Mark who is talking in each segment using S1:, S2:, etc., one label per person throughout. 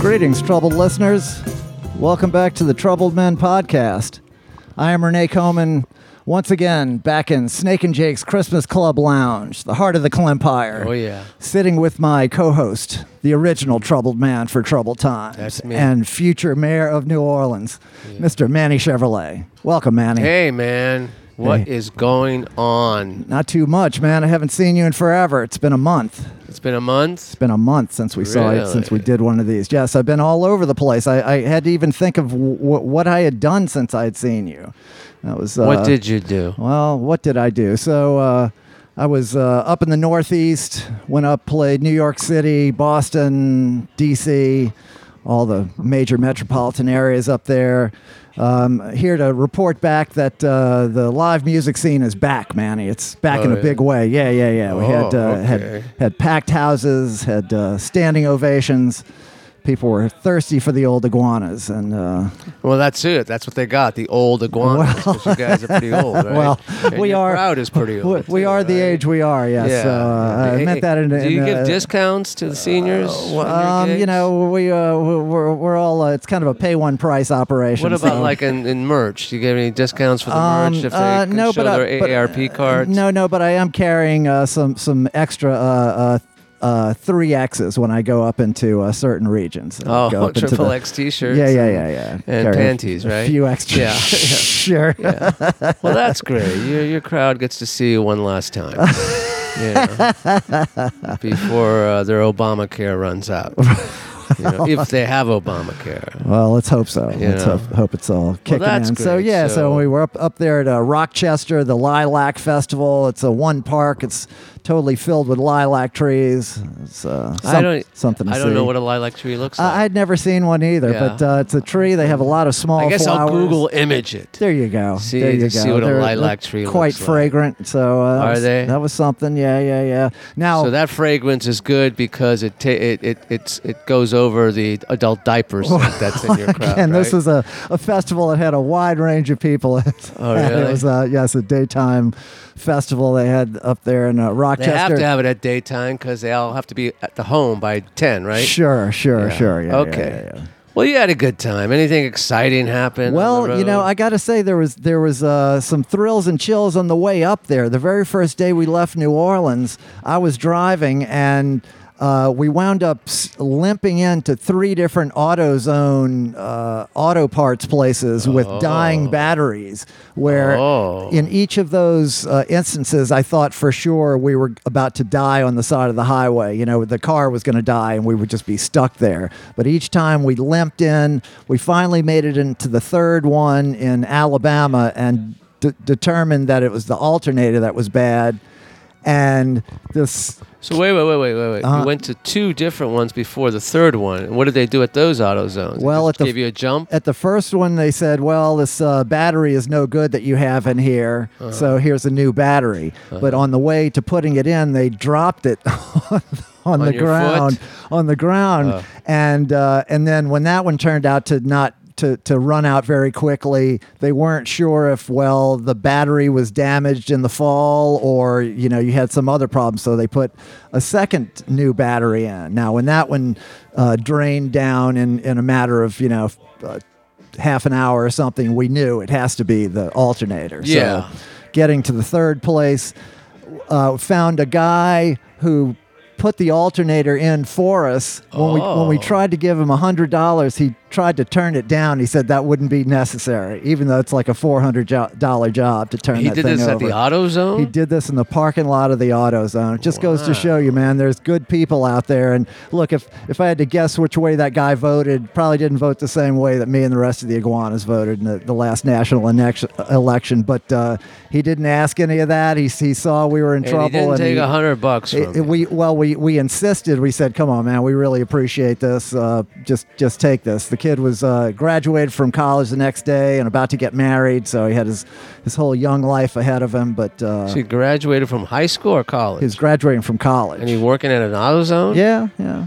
S1: Greetings, troubled listeners. Welcome back to the Troubled Men podcast. I am Renee Coman, once again back in Snake and Jake's Christmas Club Lounge, the heart of the Clempire.
S2: Oh, yeah.
S1: Sitting with my co-host, the original troubled man for troubled times,
S2: That's me.
S1: and future mayor of New Orleans, Mr. Manny Chevrolet. Welcome, Manny.
S2: Hey, man. what is
S1: Hey.
S2: going on?
S1: Not too much, man. I haven't seen you in forever. It's been a month.
S2: It's been a month.
S1: been a month since we saw it since we
S2: Really?
S1: did one of these yes i've been all over the place i, I had to even think of w- what i had done since i had seen you that was uh,
S2: what did you do?
S1: well what did i do so uh, i was uh, up in the northeast went up played new york city boston dc all the major metropolitan areas up there um, here to report back that uh, the live music scene is back, Manny. It's back
S2: Oh,
S1: in a
S2: yeah?
S1: big way. Yeah, yeah, yeah. We had uh,
S2: Oh,
S1: had
S2: okay.
S1: had packed houses, had uh, standing ovations. People were thirsty for the old iguanas, and uh,
S2: Well, that's it. That's what they got. The old iguanas. 'cause you guys are pretty old, right?
S1: well,
S2: And
S1: we
S2: your
S1: are
S2: Crowd is pretty
S1: we,
S2: old.
S1: we
S2: too,
S1: are the
S2: right?
S1: age we are. Yes,
S2: Yeah.
S1: so, uh, I
S2: Hey,
S1: meant that. In, in
S2: do you
S1: uh,
S2: give discounts to the seniors? on your
S1: Um, you
S2: gigs?
S1: know, we uh, we- we're we're all uh, it's kind of a pay one price operation.
S2: What
S1: so-
S2: about like in, in merch? Do you give any discounts for the
S1: Um,
S2: merch if they
S1: uh,
S2: can
S1: no,
S2: show
S1: but, uh,
S2: their
S1: but, uh,
S2: AARP cards?
S1: No, no, but I am carrying uh, some some extra uh, uh, uh, three X's when I go up into uh, certain regions. I
S2: Oh,
S1: go up into
S2: triple
S1: the-
S2: X T-shirts.
S1: Yeah, yeah, yeah, yeah.
S2: and
S1: Carry a-
S2: panties, right?
S1: A few extra.
S2: Yeah.
S1: sure.
S2: Well, that's great. Your, your crowd gets to see you one last time. Yeah. Before uh, their Obamacare runs out. You know, if they have Obamacare.
S1: Well, let's hope so.
S2: You
S1: let's
S2: know.
S1: hope, hope it's all kicking
S2: that's
S1: in. So
S2: great.
S1: yeah, so,
S2: So-
S1: we were up up there at uh, Rochester, the Lilac Festival. It's a one park. It's totally filled with lilac trees. It's uh,
S2: I
S1: some-
S2: don't,
S1: something. To
S2: I don't know
S1: see.
S2: what a lilac tree looks like.
S1: I, I'd never seen one either,
S2: Yeah.
S1: but uh, it's a tree. They have a lot of small.
S2: I guess I'll
S1: flowers.
S2: Google image it.
S1: There you go.
S2: See-
S1: there you go.
S2: see what a
S1: They're-
S2: lilac
S1: they're
S2: tree looks
S1: Quite
S2: like.
S1: fragrant. So uh, that
S2: Are
S1: was-
S2: they?
S1: That was something. Yeah, yeah, yeah. Now
S2: So that fragrance is good because it ta- it, it it's it goes over the adult diapers that's in your crowd.
S1: And this
S2: right?
S1: was a, a festival that had a wide range of people.
S2: Oh,
S1: It
S2: really?
S1: was, uh, yes, a daytime festival they had up there in uh,
S2: They
S1: Rochester.
S2: have to have it at daytime because they all have to be at the home by ten, right?
S1: Sure, sure,
S2: Yeah.
S1: sure. Yeah, yeah,
S2: okay.
S1: yeah, yeah.
S2: Well, you had a good time. Anything exciting happen? on the
S1: Well, you know,
S2: road?
S1: I got to say there was there was uh, some thrills and chills on the way up there. The very first day we left New Orleans, I was driving and. Uh, we wound up s- limping into three different AutoZone uh, auto parts places with dying batteries. Where
S2: Oh.
S1: in each of those uh, instances, I thought for sure we were about to die on the side of the highway. You know, the car was going to die and we would just be stuck there. But each time we limped in, we finally made it into the third one in Alabama and d- determined that it was the alternator that was bad. And this,
S2: So wait, wait, wait, wait, wait, wait.
S1: Uh-huh.
S2: you went to two different ones before the third one. And What did they do at those auto zones? They
S1: Well,
S2: just
S1: at the-
S2: gave you a jump.
S1: at the first one, they said, well, this uh, battery is no good that you have in here. So here's a new battery. But on the way to putting it in, they dropped it on, on the
S2: your foot?
S1: ground. on the ground, and uh, and then when that one turned out to not. To, to run out very quickly. They weren't sure if, well, the battery was damaged in the fall or, you know, you had some other problem. So they put a second new battery in. Now, when that one uh, drained down in, in a matter of, you know, f- uh, half an hour or something, we knew it has to be the alternator.
S2: Yeah.
S1: So getting to the third place, uh, found a guy who put the alternator in for us. When, we, when we
S2: Oh.
S1: tried to give him $100, he tried to turn it down. He said that wouldn't be necessary, even though it's like a $400 jo- dollar job to turn
S2: He
S1: that
S2: did
S1: thing
S2: this
S1: over.
S2: at the auto zone.
S1: He did this in the parking lot of the AutoZone. It just goes to
S2: Wow.
S1: show you, man, there's good people out there. And look, if if I had to guess which way that guy voted, probably didn't vote the same way that me and the rest of the iguanas voted in the, the last national election. election. But uh, he didn't ask any of that. He, he saw we were in
S2: And
S1: trouble.
S2: he didn't
S1: and
S2: take
S1: he-
S2: a hundred bucks from
S1: it- it-
S2: you.
S1: we well we we insisted we said come on man we really appreciate this uh, just just take this the kid was uh, graduated from college the next day and about to get married so he had his his whole young life ahead of him but uh,
S2: So he graduated from high school or college,
S1: he was graduating from college
S2: and he working at an auto zone.
S1: yeah yeah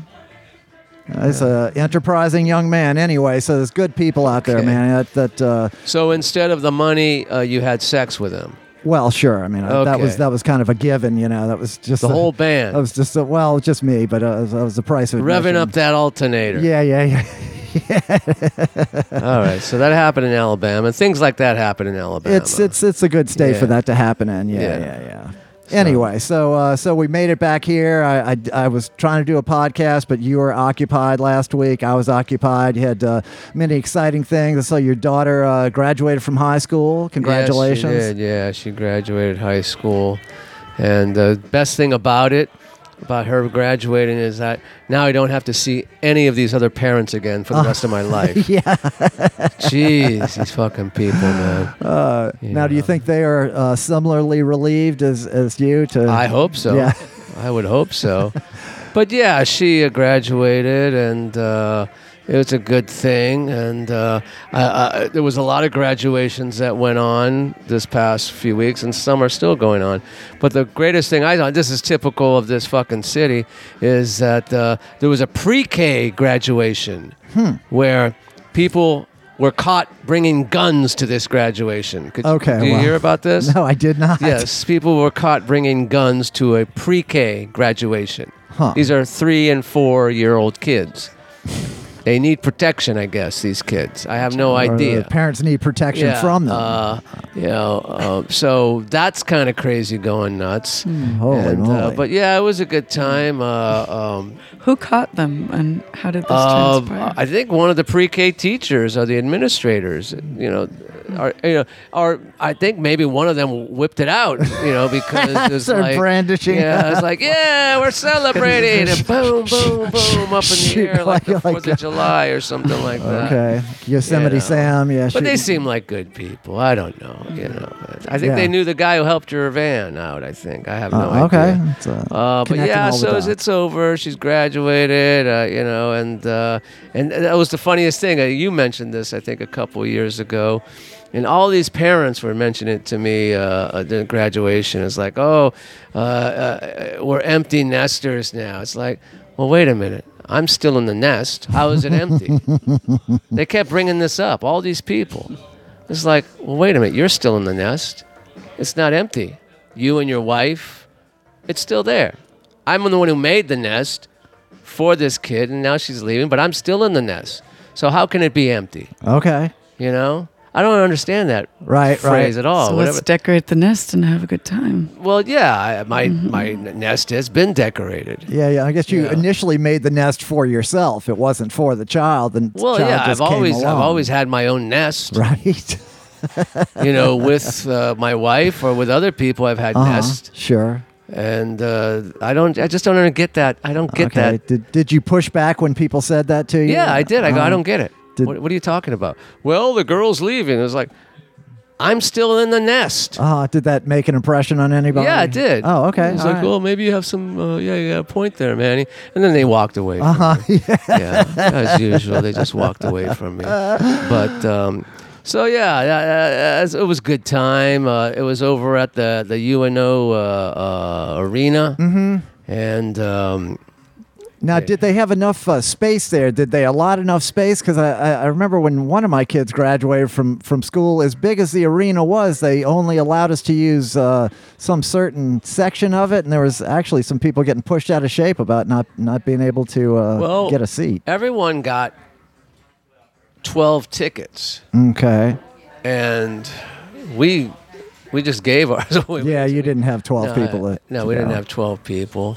S1: Uh, he's an enterprising young man anyway so there's good people out there
S2: Okay.
S1: man that that uh,
S2: So instead of the money, uh, you had sex with him.
S1: Well, sure. I mean, I- that was
S2: Okay.
S1: that was kind of a given. You know, that was just
S2: The
S1: a-
S2: whole band.
S1: That was just a, well, just me, but uh, that was the price of
S2: Revving
S1: admission.
S2: up that alternator.
S1: Yeah, yeah, yeah.
S2: All right. So that happened in Alabama. Things like that happen in Alabama.
S1: It's it's it's a good state for
S2: Yeah.
S1: that to happen in. Yeah,
S2: Yeah.
S1: yeah, yeah. Anyway, so uh, so we made it back here. I, I, I was trying to do a podcast, but you were occupied last week. I was occupied. You had uh, many exciting things. I saw your daughter uh, graduated from high school. Congratulations!
S2: Yes, she did. Yeah, she graduated high school. And the best thing about it, about her graduating, is that now I don't have to see any of these other parents again for the rest of my life.
S1: Yeah.
S2: Jeez, these fucking people, man.
S1: Uh, Now, do you
S2: Yeah.
S1: think they are uh, similarly relieved as as you? To
S2: I hope so.
S1: uh, Yeah.
S2: I would hope so. But yeah, she uh, graduated, and uh, it was a good thing. And uh, I, I, there was a lot of graduations that went on this past few weeks, and some are still going on. But the greatest thing I thought, this is typical of this fucking city, is that uh, there was a pre-K graduation
S1: Hmm.
S2: where people were caught bringing guns to this graduation. Could,
S1: Okay,
S2: do you
S1: well,
S2: hear about this?
S1: no, I did not.
S2: Yes, people were caught bringing guns to a pre-K graduation.
S1: Huh.
S2: These are three and four year old kids. They need protection, I guess. These kids. I have no
S1: Or the
S2: idea.
S1: Parents need protection
S2: Yeah,
S1: from them.
S2: Uh, you know, uh, so that's kind of crazy, going nuts.
S1: Hmm. holy
S2: And, uh,
S1: moly.
S2: but yeah, it was a good time. Uh, um,
S3: Who caught them and how did this
S2: uh,
S3: transpire?
S2: I think one of the pre-K teachers or the administrators, you know, are you know, are I think maybe one of them whipped it out, you know, because it's
S1: They're
S2: like
S1: brandishing.
S2: Yeah, it's like yeah, we're celebrating, and boom, boom, boom, up in the
S1: Shoot,
S2: air like the
S1: like- like
S2: Fourth of
S1: a-
S2: July or something like that.
S1: okay, Yosemite
S2: you know.
S1: Sam. Yeah,
S2: uh, But they
S1: shooting-
S2: seem like good people. I don't know, you know. I think
S1: Yeah.
S2: they knew the guy who helped your van out. I think I have no
S1: Uh,
S2: idea.
S1: okay. It's, uh,
S2: Uh, but
S1: connecting
S2: yeah,
S1: all the
S2: so
S1: dots.
S2: it's, it's over. She's graduated, uh, you know, and uh, and that was the funniest thing. Uh, you mentioned this, I think, a couple years ago, and all these parents were mentioning it to me uh, at the graduation. It's like, oh, uh, uh, we're empty nesters now. It's like, well, wait a minute. I'm still in the nest. How is it empty? they kept bringing this up. All these people. It's like, well, wait a minute. You're still in the nest. It's not empty. You and your wife, it's still there. I'm the one who made the nest for this kid, and now she's leaving, but I'm still in the nest. So how can it be empty?
S1: okay.
S2: You know, I don't understand that
S1: Right,
S2: phrase
S1: right.
S2: at all.
S3: so
S2: whatever.
S3: let's decorate the nest and have a good time.
S2: well, yeah, I, my
S1: Mm-hmm.
S2: my n- nest has been decorated.
S1: Yeah, yeah. I guess you
S2: Yeah.
S1: initially made the nest for yourself. It wasn't for the child. And
S2: Well,
S1: child
S2: yeah,
S1: just
S2: I've
S1: came
S2: always I've
S1: along.
S2: always had my own nest.
S1: right.
S2: You know, with uh, my wife or with other people, I've had
S1: Uh-huh.
S2: nests,
S1: Sure.
S2: and uh, I don't. I just don't get that. I don't get
S1: okay.
S2: that
S1: Did Did you push back when people said that to you?
S2: Yeah, I did. I go, I
S1: Uh,
S2: don't get it.
S1: did-
S2: what, what are you talking about? Well, the girl's leaving. It was like, I'm still in the nest.
S1: Uh, did that make an impression on anybody?
S2: yeah, I did.
S1: Oh, okay.
S2: It's
S1: all
S2: like,
S1: right.
S2: well, maybe you have some, uh, yeah, you got a point there, Manny. And then they walked away.
S1: Oh.
S2: from
S1: Uh-huh.
S2: me. yeah. as usual, they just walked away from me. But um, so yeah, uh, uh, uh, it was a good time. Uh, it was over at the the UNO uh, uh, arena, mm-hmm. and um,
S1: Now,
S2: Yeah.
S1: did they have enough uh, space there? Did they allot enough space? Because I, I, I remember when one of my kids graduated from, from school, as big as the arena was, they only allowed us to use uh, some certain section of it, and there was actually some people getting pushed out of shape about not not being able to uh,
S2: Well-
S1: get a seat.
S2: everyone got twelve tickets.
S1: Okay.
S2: and we we just gave ours away.
S1: Yeah, you didn't have twelve
S2: No,
S1: people.
S2: I-
S1: That,
S2: no, we didn't have twelve people,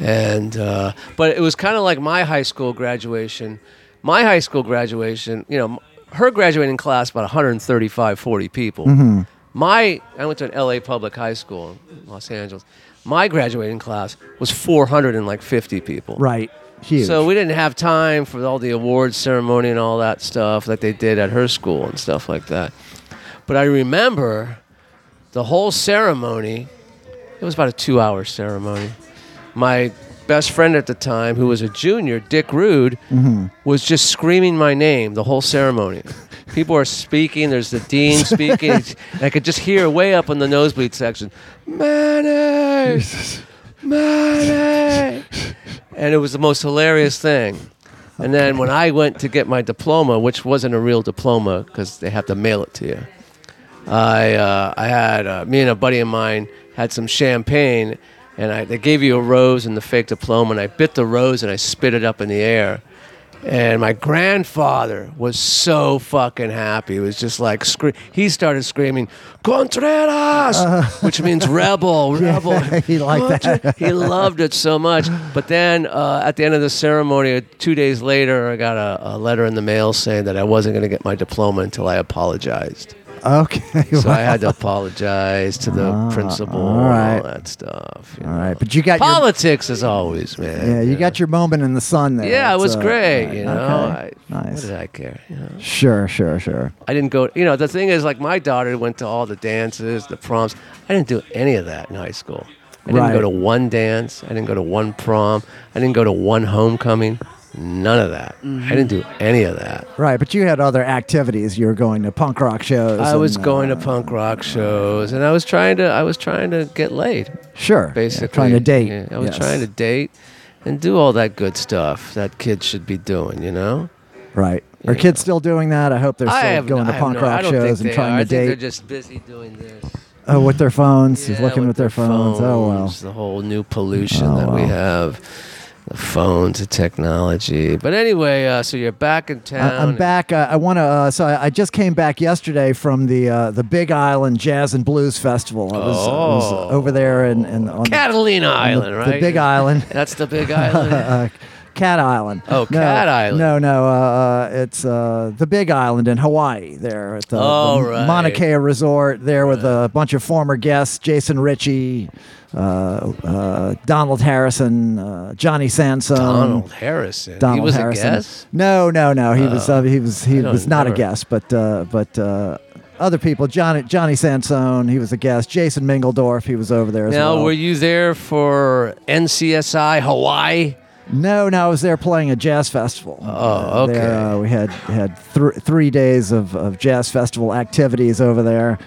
S2: and uh, but it was kind of like my high school graduation. My high school graduation, you know, m- her graduating class about 135, 40 people.
S1: Mm-hmm.
S2: My I went to an L.A. public high school, in Los Angeles. My graduating class was 450 people.
S1: Right. Huge.
S2: So we didn't have time for all the awards ceremony and all that stuff that they did at her school and stuff like that. But I remember the whole ceremony. It was about a two-hour ceremony. My best friend at the time, who was a junior, Dick Rude, was just screaming my name the whole ceremony. People are speaking. There's the dean speaking. and I could just hear way up in the nosebleed section, Manny, Manny and it was the most hilarious thing. And then when I went to get my diploma, which wasn't a real diploma because they have to mail it to you, I uh, I had uh, me and a buddy of mine had some champagne, and I, they gave you a rose and the fake diploma, and I bit the rose and I spit it up in the air. And my grandfather was so fucking happy. He was just like, scre- he started screaming, Contreras, which means rebel, rebel.
S1: Uh-huh. he liked that.
S2: Contra- he loved it so much. But then uh, at the end of the ceremony, two days later, I got a, a letter in the mail saying that I wasn't going to get my diploma until I apologized.
S1: Okay.
S2: So I had to apologize to the principal
S1: Ah, all
S2: and
S1: right.
S2: all that stuff. you
S1: All
S2: know.
S1: right, but you got your
S2: Politics, as always, man.
S1: yeah, you got your moment in the sun there.
S2: Yeah, it
S1: It's,
S2: was
S1: uh,
S2: great.
S1: right,
S2: You know,
S1: okay.
S2: I,
S1: nice.
S2: What did I care? You know?
S1: Sure, sure, sure.
S2: I didn't go. You know, the thing is, like, my daughter went to all the dances, the proms. I didn't do any of that in high school. I didn't
S1: Right.
S2: go to one dance. I didn't go to one prom. I didn't go to one homecoming. None of that.
S1: Mm-hmm.
S2: I didn't do any of that.
S1: Right, but you had other activities. You were going to punk rock shows.
S2: I
S1: and,
S2: was going to
S1: uh,
S2: punk rock shows, and I was trying to. I was trying to get laid.
S1: Sure. yeah,
S2: basically
S1: trying to date.
S2: Yeah, I was
S1: yes.
S2: trying to date and do all that good stuff that kids should be doing. You know,
S1: Right. Are
S2: Yeah.
S1: kids still doing that? I hope they're still
S2: I have
S1: going
S2: I
S1: to
S2: have
S1: punk
S2: no- I
S1: rock
S2: don't think
S1: shows and
S2: they
S1: trying to
S2: are. I think
S1: date
S2: they're just busy doing this.
S1: oh, with their phones,
S2: Yeah,
S1: looking with their, phones. Oh well.
S2: phones, The whole new pollution
S1: Oh,
S2: that we
S1: wow.
S2: have. The phones, the technology. But anyway, uh, so you're back in town.
S1: I, I'm
S2: and-
S1: back. Uh, I want to. Uh, so I, I just came back yesterday from the uh, the Big Island Jazz and Blues Festival. I was, I was, uh,
S2: Oh.
S1: over there in, in on the-
S2: Catalina
S1: on the-
S2: Island, right?
S1: The Big Island.
S2: That's the Big Island.
S1: uh, Cat Island.
S2: Oh, Cat Island.
S1: No, no, uh, uh, it's uh, the Big Island in Hawaii. There at the, the
S2: Oh, right.
S1: Mauna Kea Resort. There with a bunch of former guests: Jason Ritchie, uh, uh, Donald Harrison, uh, Johnny Sansone.
S2: Donald Harrison.
S1: Donald
S2: he was
S1: Harrison.
S2: a guest. Oh.
S1: No, no, no. He was uh, he was he
S2: I don't
S1: was not
S2: remember.
S1: a guest, but uh, but uh, other people. Johnny Johnny Sansone. He was a guest. Jason Mingledorf. He was over there as
S2: Now,
S1: well.
S2: were you there for NCSI Hawaii?
S1: no, no. I was there playing a jazz festival.
S2: Oh, okay.
S1: There, uh, we had had thr three days of, of jazz festival activities over there.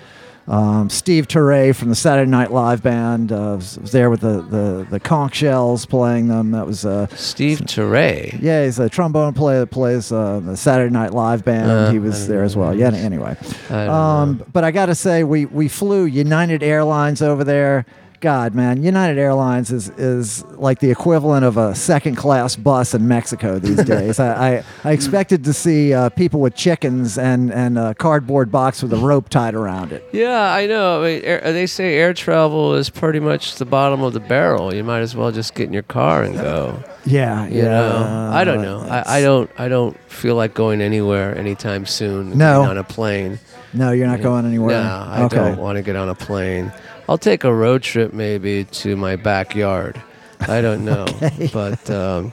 S1: Um, Steve Turay from the Saturday Night Live band uh, was, was there with the, the, the conch shells playing them. That was uh,
S2: Steve Teray.
S1: Yeah, he's a trombone player that plays uh, the Saturday Night Live band.
S2: Uh,
S1: he
S2: I
S1: was
S2: don't
S1: there as well. Yeah, anyway.
S2: I don't
S1: Um, but I got to say, we, we flew United Airlines over there. God, man, United Airlines is, is like the equivalent of a second class bus in Mexico these days. I, I, I expected to see uh, people with chickens and, and a cardboard box with a rope tied around it.
S2: Yeah, I know. I mean, air, they say air travel is pretty much the bottom of the barrel. You might as well just get in your car and go.
S1: Yeah,
S2: You
S1: yeah.
S2: know, I don't know. I, I
S1: it's-
S2: don't. I don't feel like going anywhere anytime soon.
S1: No.
S2: getting on a plane.
S1: No, you're not going anywhere.
S2: No, I
S1: okay.
S2: don't want to get on a plane. I'll take a road trip maybe to my backyard. I don't know, but um,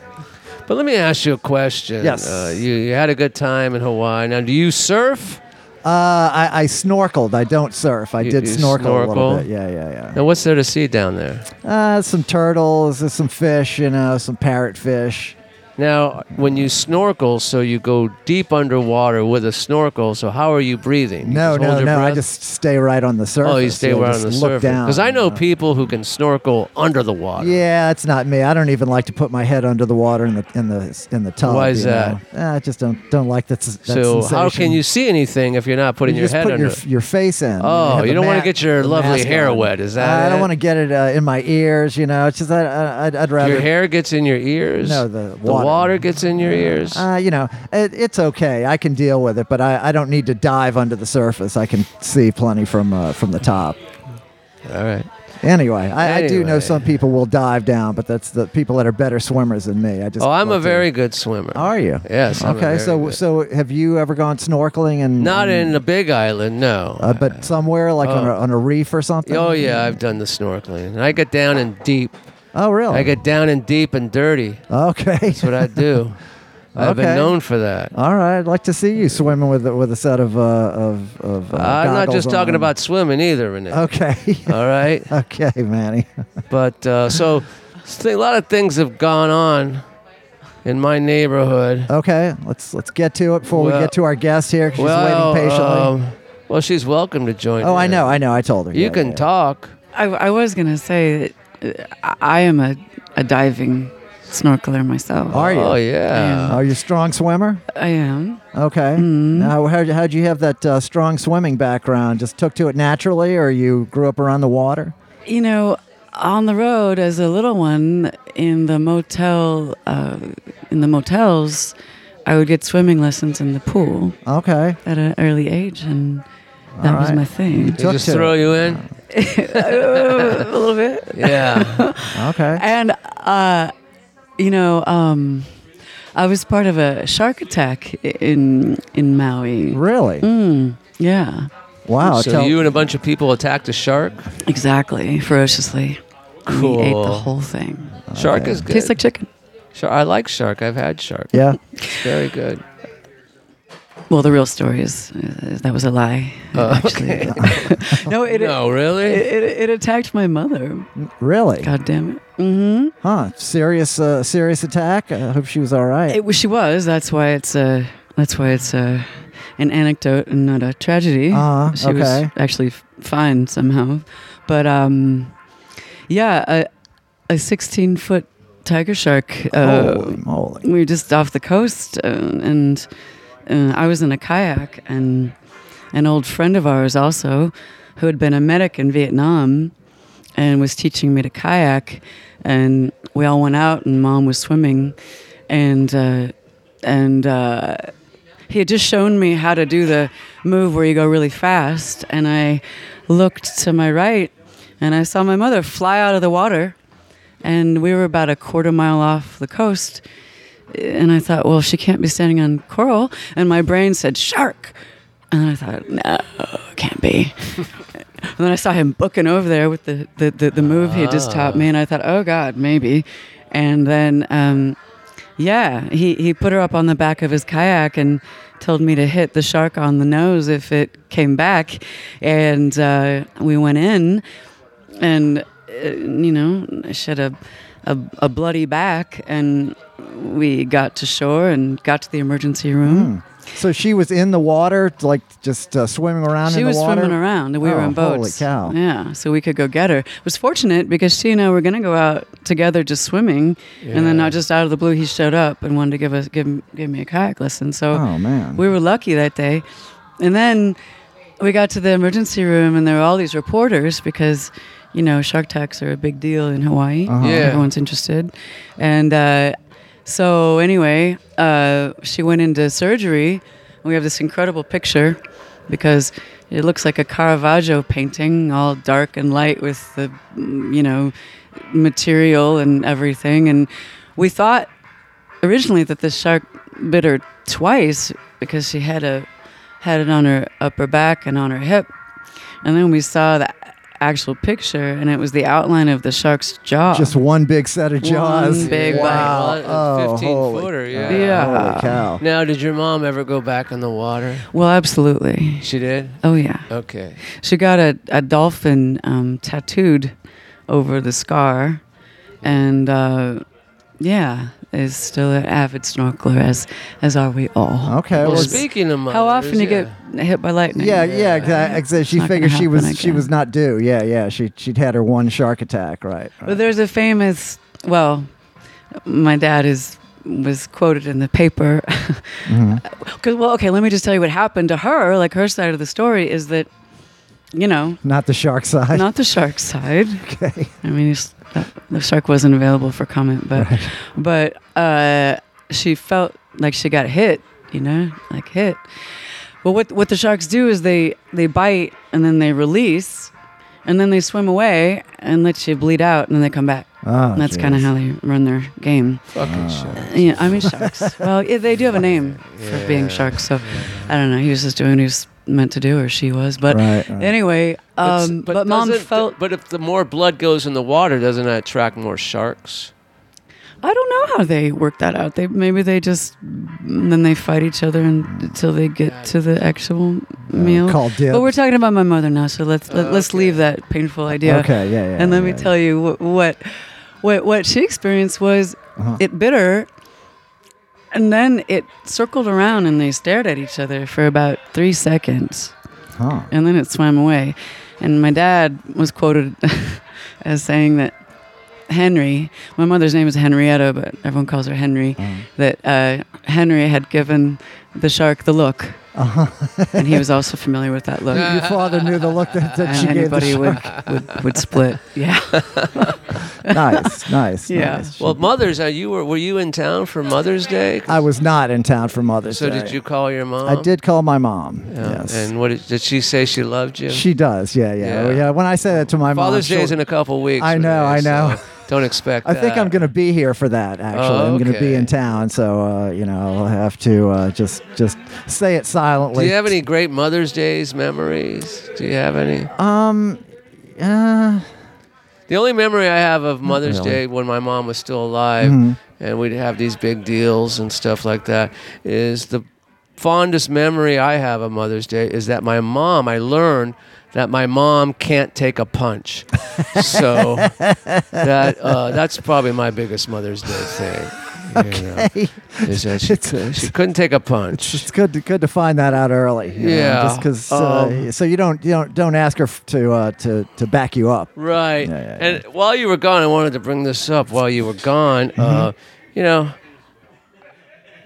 S2: but let me ask you a question.
S1: Yes.
S2: uh, you, you had a good time in Hawaii. Now, do you surf?
S1: Uh, I, I snorkeled. I don't surf. I
S2: You-
S1: did
S2: you
S1: snorkel, a
S2: snorkel?
S1: little bit. Yeah, yeah,
S2: Now, what's there to see down there?
S1: yeah. Uh, some turtles, uh, some fish, you know, some parrotfish.
S2: Now, when you snorkel, so you go deep underwater with a snorkel. So how are you breathing? You
S1: No,
S2: just hold
S1: no,
S2: your
S1: no. I
S2: breath?
S1: just stay right on the surface.
S2: oh, you stay
S1: Yeah,
S2: right on
S1: just
S2: the
S1: look
S2: surface.
S1: down,
S2: I know
S1: you
S2: people who can snorkel under the water.
S1: Yeah, it's not me. I don't even like to put my head under the water in the in the in the tub.
S2: Why is
S1: you know? Uh, I just don't don't like that. s- that
S2: So how
S1: sensation.
S2: can you see anything if you're not putting
S1: You
S2: your
S1: just
S2: head
S1: put
S2: under?
S1: your,
S2: it?
S1: your face in.
S2: Oh,
S1: have
S2: you
S1: the
S2: don't wanna
S1: ma-
S2: get your
S1: the
S2: lovely
S1: mask
S2: hair
S1: on.
S2: wet, is that
S1: I
S2: it?
S1: don't want to get it uh, in my ears. You know, it's just I, I, I'd, I'd rather
S2: Your hair gets in your ears.
S1: No, the
S2: the
S1: water.
S2: water gets in your ears.
S1: Uh, you know, it, it's okay. I can deal with it, but I, I don't need to dive under the surface. I can see plenty from uh, from the top.
S2: All right.
S1: Anyway, I, I do
S2: Anyway.
S1: know some people will dive down, but that's the people that are better swimmers than me. I just
S2: Oh, I'm
S1: like
S2: a
S1: to-
S2: very good swimmer.
S1: Are you?
S2: Yes. I'm a
S1: Oh, Okay.
S2: very
S1: So
S2: good-
S1: so have you ever gone snorkeling and
S2: not
S1: and,
S2: in the Big Island, no.
S1: uh, but somewhere like on,
S2: Oh.
S1: a, on a reef or something?
S2: oh yeah, I've done the snorkeling. And I get down in deep.
S1: Oh really?
S2: I get down in deep and dirty.
S1: okay.
S2: That's what I do. I've been
S1: Okay.
S2: known for that.
S1: All right. I'd like to see you swimming with a- with a set of uh, of of. Uh,
S2: I'm not
S1: goggles
S2: just talking
S1: on.
S2: about swimming either, Renee.
S1: Okay.
S2: All right.
S1: okay, Manny.
S2: But uh, so a lot of things have gone on in my neighborhood.
S1: Okay, let's let's get to it before
S2: Well-
S1: we get to our guest here because
S2: well,
S1: she's waiting patiently.
S2: um, well, she's welcome to join.
S1: oh, I
S2: in.
S1: know, I know. I told her.
S2: You
S1: Yeah,
S2: can
S1: yeah.
S2: talk.
S3: I, I was gonna say that uh, I I am a, a diving snorkeler myself.
S1: Are you?
S2: Oh
S3: Yeah.
S2: yeah.
S1: Are you a strong swimmer?
S3: I am.
S1: Okay.
S2: Hmm.
S1: Now, how how'd you have that uh, strong swimming background? Just took to it naturally, or you grew up around the water?
S3: You know, on the road as a little one in the motel, uh, in the motels, I would get swimming lessons in the pool
S1: Okay.
S3: at an early age, and that was
S1: right.
S3: my thing.
S2: They just throw you in.
S3: a little bit.
S2: Yeah.
S1: Okay.
S3: And uh, you know, um, I was part of a shark attack i- in in Maui.
S1: Really?
S3: Mm, yeah,
S1: Wow.
S2: so
S1: Oh, tell-
S2: you and a bunch of people attacked a shark.
S3: exactly. Ferociously, And we ate the
S2: Cool.
S3: whole thing.
S2: Shark is good.
S3: Tastes like chicken.
S2: Shar- I like shark. I've had shark.
S1: yeah.
S2: It's very good.
S3: Well, the real story is uh, that was a lie.
S2: Oh,
S3: actually. no, it,
S2: no, really?
S3: it, it it attacked my mother.
S1: Really?
S3: God damn it. Mm-hmm.
S1: Huh? Serious, uh, serious attack. I hope she was all right.
S3: It was she was. That's why it's a. That's why it's a, an anecdote and not a tragedy.
S1: Uh-huh,
S3: she was
S1: okay.
S3: actually f- fine somehow, but um, yeah, a a sixteen foot tiger shark. Uh,
S1: Holy moly!
S3: we were just off the coast, uh, and uh, I was in a kayak, and an old friend of ours also, who had been a medic in Vietnam, and was teaching me to kayak, and we all went out, and mom was swimming, and uh, and uh, he had just shown me how to do the move where you go really fast, and I looked to my right, and I saw my mother fly out of the water. And we were about a quarter mile off the coast, and I thought, well, she can't be standing on coral. And my brain said, shark. And I thought, no, can't be. and then I saw him booking over there with the, the, the, the move he had just taught me. And I thought, oh, God, maybe. And then, um, yeah, he, he put her up on the back of his kayak and told me to hit the shark on the nose if it came back. And uh, we went in and uh, you know she had a, a a bloody back and we got to shore and got to the emergency
S1: Hmm.
S3: room
S1: So she was in the water, like just uh, swimming around
S3: she
S1: in the
S3: was
S1: water.
S3: swimming around and we were
S1: Oh,
S3: in boats
S1: Holy cow!
S3: yeah so we could go get her it was fortunate because she and i were going to go out together just swimming and then
S2: Yeah.
S3: not just out of the blue he showed up and wanted to give us give, give me a kayak lesson so
S1: Oh man.
S3: we were lucky that day. And then we got to the emergency room, and there were all these reporters because, you know, shark attacks are a big deal in Hawaii.
S2: Yeah.
S3: Everyone's interested. And uh, so, anyway, uh, she went into surgery. We have this incredible picture because it looks like a Caravaggio painting, all dark and light with the, mm, you know, material and everything. And we thought originally that the shark bit her twice because she had a had it on her upper back and on her hip, and then we saw the actual picture, and it was the outline of the shark's jaw.
S1: just one big set of jaws.
S3: One big
S1: wow.
S2: bite. Well,
S1: Oh,
S2: a 15
S1: holy
S2: footer,
S1: cow.
S2: yeah.
S3: Yeah.
S1: Holy cow.
S2: Now, did your mom ever go back in the water?
S3: well, absolutely.
S2: She did.
S3: Oh yeah,
S2: Okay.
S3: she got a a dolphin um, tattooed over the scar, and uh, yeah, is still an avid snorkeler as as are we all.
S1: Okay.
S2: Well,
S1: well,
S2: speaking of mothers,
S3: How often you
S2: yeah.
S3: get hit by lightning?
S1: yeah, yeah, exactly. She
S3: not gonna
S1: figured she was
S3: happen
S1: she was
S3: again.
S1: not due. Yeah, yeah. She she'd had her one shark attack, right? right.
S3: Well, there's a famous. Well, my dad is was quoted in the paper. 'Cause, well, okay, let me just tell you what happened to her. Like her side of the story is that, you know,
S1: Not the shark side.
S3: not the shark side.
S1: okay.
S3: I mean, it's, the shark wasn't available for comment, but but uh, she felt like she got hit. You know, like hit. Well, what what the sharks do is they they bite and then they release, and then they swim away and let you bleed out, and then they come back.
S1: Oh,
S3: And that's kind of
S1: jeez.
S3: how they run their game.
S2: Fucking
S1: Ah.
S2: shark.
S3: Yeah, I mean sharks. well, yeah, they do have a name for being
S2: Yeah.
S3: sharks. So I don't know. He was just doing what he was meant to do, or she was. But
S1: Right, right.
S3: anyway,
S2: s-
S3: um, but, mom
S2: doesn't-
S3: felt.
S2: But if the more blood goes in the water, doesn't that attract more sharks?
S3: I don't know how they work that out. They maybe they just then they fight each other and, until they get to the actual meal.
S1: Uh, Call dibs.
S3: But we're talking about my mother now, so let's let, let's
S2: Okay.
S3: leave that painful idea.
S1: Okay. Yeah. yeah
S3: and let me
S1: yeah,
S3: tell you what what what, what she experienced was
S1: Uh-huh.
S3: it bit her and then it circled around and they stared at each other for about three seconds
S1: yeah. Huh.
S3: and then it swam away and my dad was quoted as saying that Henry, my mother's name is Henrietta, but everyone calls her Henry, that uh, Henry had given the shark the look.
S1: Uh-huh.
S3: and he was also familiar with that look.
S1: Your father knew the look that, that she
S3: and
S1: gave. the
S3: anybody
S1: sh-
S3: would, would, would split. Yeah.
S1: nice, nice,
S3: Yeah.
S1: nice.
S2: Well, Mother's, uh, you were were you in town for Mother's Day?
S1: I was not in town for Mother's
S2: so
S1: Day.
S2: did you call your mom?
S1: I did call my mom.
S2: Uh-huh. Yeah.
S1: Yes.
S2: And what did, did she say? She loved you.
S1: she does. Yeah, yeah,
S2: Yeah.
S1: yeah, When I say that to my mom,
S2: Father's Day
S1: she'll-
S2: is in a couple weeks.
S1: I know,
S2: Renee,
S1: I know.
S2: so don't expect.
S1: I think
S2: that.
S1: I'm going to be here for that. Actually,
S2: Oh,
S1: I'm going to be
S2: okay.
S1: in town, so uh, you know I'll have to uh, just just say it
S2: Do
S1: silently.
S2: you have any great Mother's Day's memories? Do you have any?
S1: Um. Uh,
S2: The only memory I have of Mother's
S1: really. Mm-hmm.
S2: Day when my mom was still alive and we'd have these big deals and stuff like that is the fondest memory I have of Mother's Day is that my mom, I learned that my mom can't take a punch. so that uh, that's probably my biggest Mother's Day thing. You know, is that she,
S1: It's-
S2: cou- she couldn't take a punch.
S1: it's good to, good to find that out early. you know,
S2: Yeah.
S1: just 'cause,
S2: Um,
S1: uh, so you don't you don't don't ask her f- to uh, to to back you up.
S2: Right.
S1: Yeah, yeah,
S2: and while you were gone, I wanted to bring this up. While you were gone, uh,
S1: Mm-hmm.
S2: you know,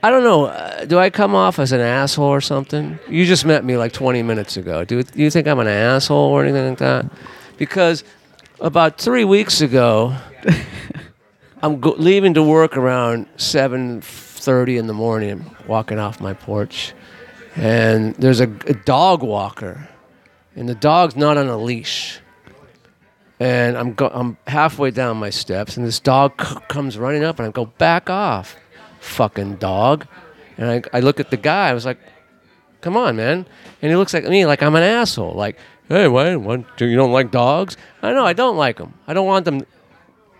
S2: I don't know. Uh, do I come off as an asshole or something? You just met me like 20 minutes ago. Do, do you think I'm an asshole or anything like that? Because about three weeks ago, I'm go- leaving to work around 7:30 in the morning, walking off my porch, and there's a, a dog walker, and the dog's not on a leash and I'm go- I'm halfway down my steps, and this dog c- comes running up, and I go, "Back off, fucking dog!" And I, I look at the guy. I was like, "Come on, man!" And he looks at me like I'm an asshole. Like, "Hey, why? What, do you don't like dogs?" I know I don't like them. I don't want them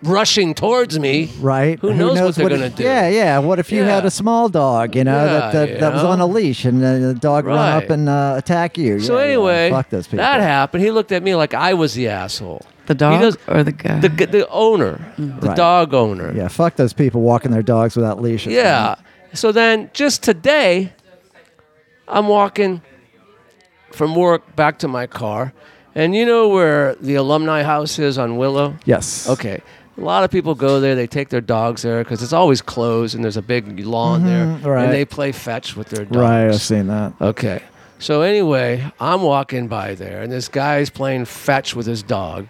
S2: rushing towards me.
S1: Right?
S2: Who knows what they're
S1: if-
S2: gonna do?
S1: Yeah, yeah. What if you had
S2: Yeah.
S1: a small dog, you know,
S2: Yeah,
S1: that, that,
S2: you
S1: that was
S2: know?
S1: on a leash and uh, the dog run
S2: Right.
S1: up and uh, attack you?
S2: So
S1: Yeah, yeah.
S2: anyway,
S1: fuck those people.
S2: that happened. He looked at me like I was the asshole.
S3: The dog
S2: does-
S3: or the guy?
S2: The g- the owner, the
S1: Right.
S2: dog owner.
S1: Yeah, fuck those people walking their dogs without leashes.
S2: Yeah. So then just today, I'm walking from work back to my car. And you know where the alumni house is on Willow?
S1: Yes.
S2: Okay. A lot of people go there. They take their dogs there because it's always closed and there's a big lawn there.
S1: Mm-hmm, right.
S2: And they play fetch with their dogs.
S1: Right. I've seen that.
S2: Okay. So anyway, I'm walking by there, and this guy's playing fetch with his dog,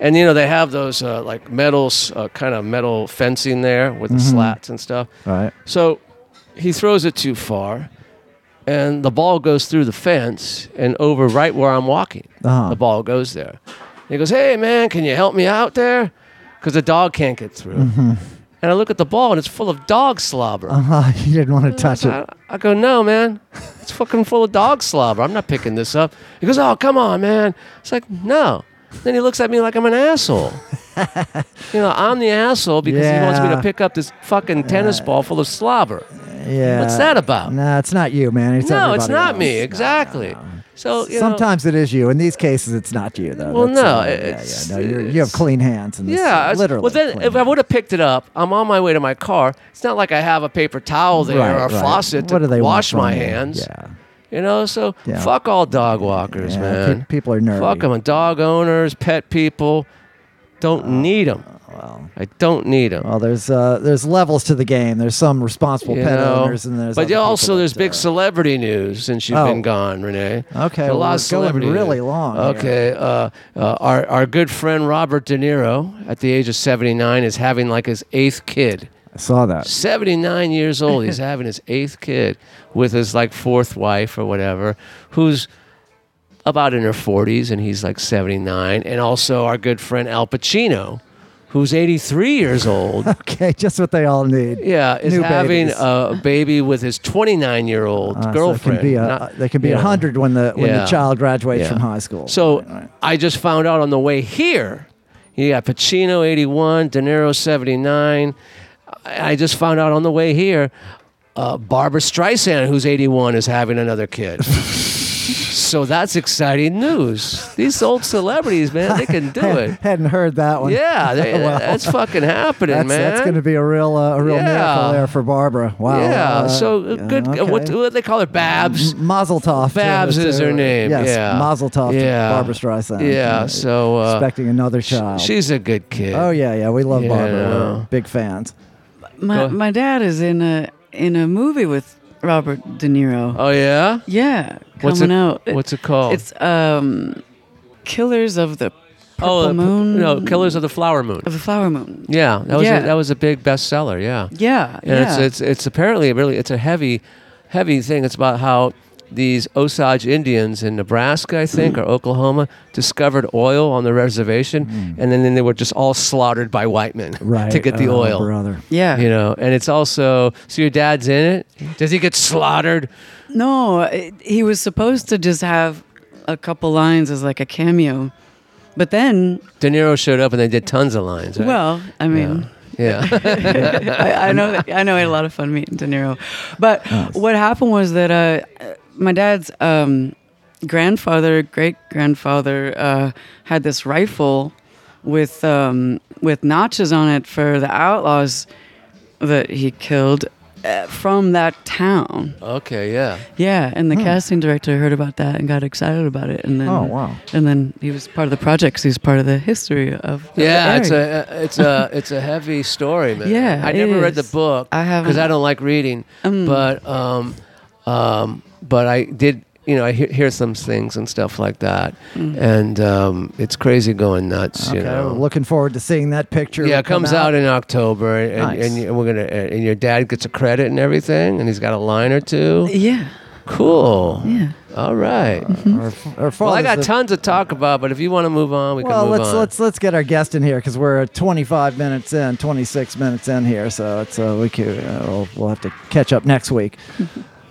S2: and you know they have those uh, like metal, s- uh, kind of metal fencing there with the
S1: Mm-hmm.
S2: slats and stuff.
S1: Right.
S2: So he throws it too far, and the ball goes through the fence and over right where I'm walking.
S1: Uh-huh.
S2: The ball goes there. And he goes, Hey, man, can you help me out there? Because the dog can't get through. And I look at the ball, and it's full of dog slobber.
S1: Uh, you didn't want to touch
S2: I,
S1: it.
S2: I go, no, man. It's fucking full of dog slobber. I'm not picking this up. He goes, oh, come on, man. It's like, no. Then he looks at me like I'm an asshole. you know, I'm the asshole because he wants me
S1: Yeah.
S2: to pick up this fucking tennis ball full of slobber.
S1: Yeah.
S2: What's that about?
S1: No, it's not you, man. It's
S2: no, it's
S1: everybody
S2: not
S1: else.
S2: me. Exactly. So, you know,
S1: Sometimes it is you. In these cases, it's not you, though.
S2: Well,
S1: That's,
S2: no,
S1: uh,
S2: it's-
S1: yeah, yeah. No, you're, you have clean hands. In this,
S2: Yeah, it's-
S1: literally.
S2: Well, then
S1: clean
S2: if I would have picked it up, I'm on my way to my car. It's not like I have a paper towel there
S1: Right,
S2: or a
S1: right.
S2: faucet to
S1: What do they want
S2: wash
S1: from
S2: my
S1: you?
S2: hands.
S1: Yeah.
S2: You know, so
S1: Yeah.
S2: fuck all dog walkers,
S1: Yeah, pe-
S2: man.
S1: people are nerdy.
S2: Fuck them. Dog owners, pet people, don't need 'em. need them.
S1: Oh,
S2: I don't need them.
S1: Well, there's uh, there's levels to the game. There's some responsible pet owners, and there's
S2: but
S1: other
S2: yeah, also
S1: people
S2: there's
S1: that,
S2: big
S1: uh,
S2: celebrity news since you've
S1: Oh.
S2: been gone, Renee.
S1: Okay,
S2: There's a
S1: well,
S2: lot
S1: we're
S2: of celebrity
S1: going
S2: news.
S1: really long here.
S2: Okay, uh, uh, our our good friend Robert De Niro, at the age of 79, is having like his eighth kid.
S1: I saw that.
S2: 79 years old. He's having his eighth kid with his like fourth wife or whatever, who's about in her 40s and he's like 79. And also our good friend Al Pacino, who's 83 years old.
S1: Okay, just what they all need.
S2: Yeah, is
S1: New
S2: having
S1: babies.
S2: a baby with his 29 year old
S1: Uh, so
S2: girlfriend.
S1: They can be a,
S2: Not-
S1: they can be
S2: you
S1: a
S2: know.
S1: hundred when the when
S2: Yeah.
S1: the child graduates
S2: Yeah.
S1: from high school.
S2: So
S1: Right, right.
S2: I just found out on the way here. You got Pacino 81, De Niro 79. I I just found out on the way here. Uh, Barbara Streisand, who's 81, is having another kid. So that's exciting news. These old celebrities, man, they can do it.
S1: Hadn't heard that one.
S2: Yeah, they, that's fucking happening,
S1: That's,
S2: man.
S1: that's going to be a real uh, a real
S2: Yeah.
S1: miracle there for Barbara. Wow.
S2: yeah.
S1: Uh,
S2: so uh,
S1: yeah,
S2: good. uh, What,
S1: okay.
S2: what do they call her? Babs.
S1: M- Mazel tov. to-
S2: Babs is
S1: to-
S2: her name.
S1: Yes,
S2: yeah.
S1: Mazel tov
S2: Yeah.
S1: to Barbara Streisand.
S2: Yeah. So uh,
S1: expecting another
S2: sh-
S1: child.
S2: she's a good kid.
S1: oh yeah, yeah. We love Barbara.
S2: Yeah.
S1: We're big fans.
S2: Go-
S3: My my dad is in a in a movie with Robert De Niro.
S2: Oh yeah.
S3: yeah,
S2: What's
S3: coming
S2: it-
S3: out. It-
S2: What's it called?
S3: It's um, Killers of the Purple
S2: oh, the p-
S3: Moon.
S2: No, Killers of the Flower Moon.
S3: of the Flower Moon.
S2: Yeah, that was
S3: Yeah.
S2: A, that was a big bestseller. Yeah.
S3: Yeah,
S2: And
S3: yeah.
S2: it's, it's it's apparently a really it's a heavy, heavy thing. It's about how these Osage Indians in Nebraska, I think, or Oklahoma, discovered oil on the reservation, and then, then they were just all slaughtered by white men
S1: Hmm. Right.
S2: to get the
S1: Oh,
S2: oil.
S1: brother.
S3: yeah.
S2: You know, and it's also so your dad's in it. Does he get slaughtered?
S3: No, it, he was supposed to just have a couple lines as like a cameo, but then,
S2: De Niro showed up and they did tons of lines. right?
S3: well, I mean,
S2: yeah,
S3: I, I know, I know, I had a lot of fun meeting De Niro, but what happened was that uh, my dad's um, grandfather, great grandfather, uh, had this rifle with um, with notches on it for the outlaws that he killed uh, from that town.
S2: okay, yeah.
S3: Yeah, and the casting director heard about that and got excited about it, and then
S1: Hmm. Oh, wow.
S3: and then he was part of the project. 'cause he was part of the history of of the
S2: Yeah, it's
S3: area.
S2: a uh, it's a it's a heavy story, man.
S3: Yeah,
S2: I
S3: it
S2: never read the
S3: is.
S2: book.
S3: I haven't.
S2: because I don't like reading. But um, um, but I did. You know, I hear, hear some things and stuff like that, and um, it's crazy going nuts.
S1: Okay.
S2: you know,
S1: Looking forward to seeing that picture.
S2: yeah, it
S1: come
S2: comes out. in October, and,
S1: Nice.
S2: and, and we're gonna and your dad gets a credit and everything, and he's got a line or two.
S3: yeah,
S2: Cool.
S3: yeah.
S2: All right.
S1: Our, our
S2: Well, I
S1: father's
S2: got
S1: the-
S2: tons to talk about, but if you want to move on, we
S1: Well,
S2: can move
S1: let's
S2: on.
S1: let's let's get our guest in here because we're at 25 minutes in, 26 minutes in here, so it's uh, we can, uh, we'll, we'll have to catch up next week.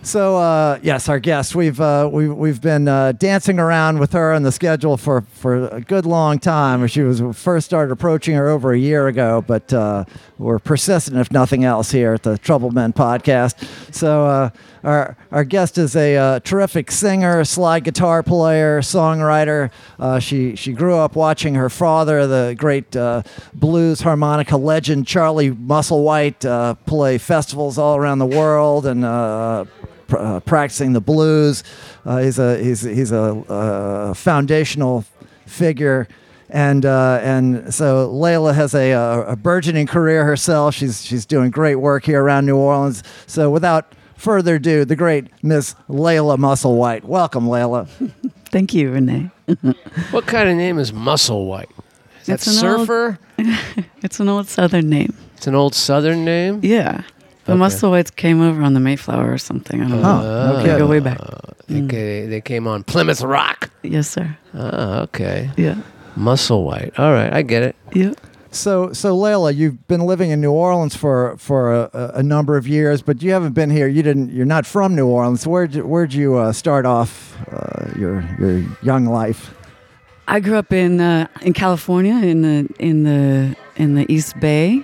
S1: so uh, yes, our guest we've uh, we've we've been uh, dancing around with her on the schedule for for a good long time. She was we first started approaching her over a year ago, but uh, we're persistent if nothing else here at the Trouble Men podcast. So uh, our our guest is a uh, terrific singer, slide guitar player, songwriter. Uh, she she grew up watching her father, the great uh, blues harmonica legend Charlie Musselwhite, uh, play festivals all around the world and. Uh, pr- uh, practicing the blues, uh, he's a he's he's a uh, foundational figure and uh, and so Layla has a, uh, a burgeoning career herself. She's she's doing great work here around New Orleans. So without further ado, the great Miss Layla Musselwhite. Welcome, Layla.
S3: Thank you, Renee.
S2: What kind of name is Musselwhite? Is that
S3: It's an old-
S2: surfer?
S3: It's an old Southern name.
S2: It's an old Southern name.
S3: Yeah, the
S2: Okay.
S3: Musselwhites came over on the Mayflower or something. I don't know.
S1: Oh,
S3: They
S1: okay.
S3: go way back.
S2: They, ca- they came on Plymouth Rock.
S3: Yes, sir.
S2: Ah, okay.
S3: Yeah,
S2: Musselwhite. All right, I get it.
S3: yeah.
S1: So so Layla, you've been living in New Orleans for for a, a a number of years, but you haven't been here. You didn't. You're not from New Orleans. Where'd you, where'd you uh, start off uh, your your young life?
S3: I grew up in uh, in California in the in the in the East Bay,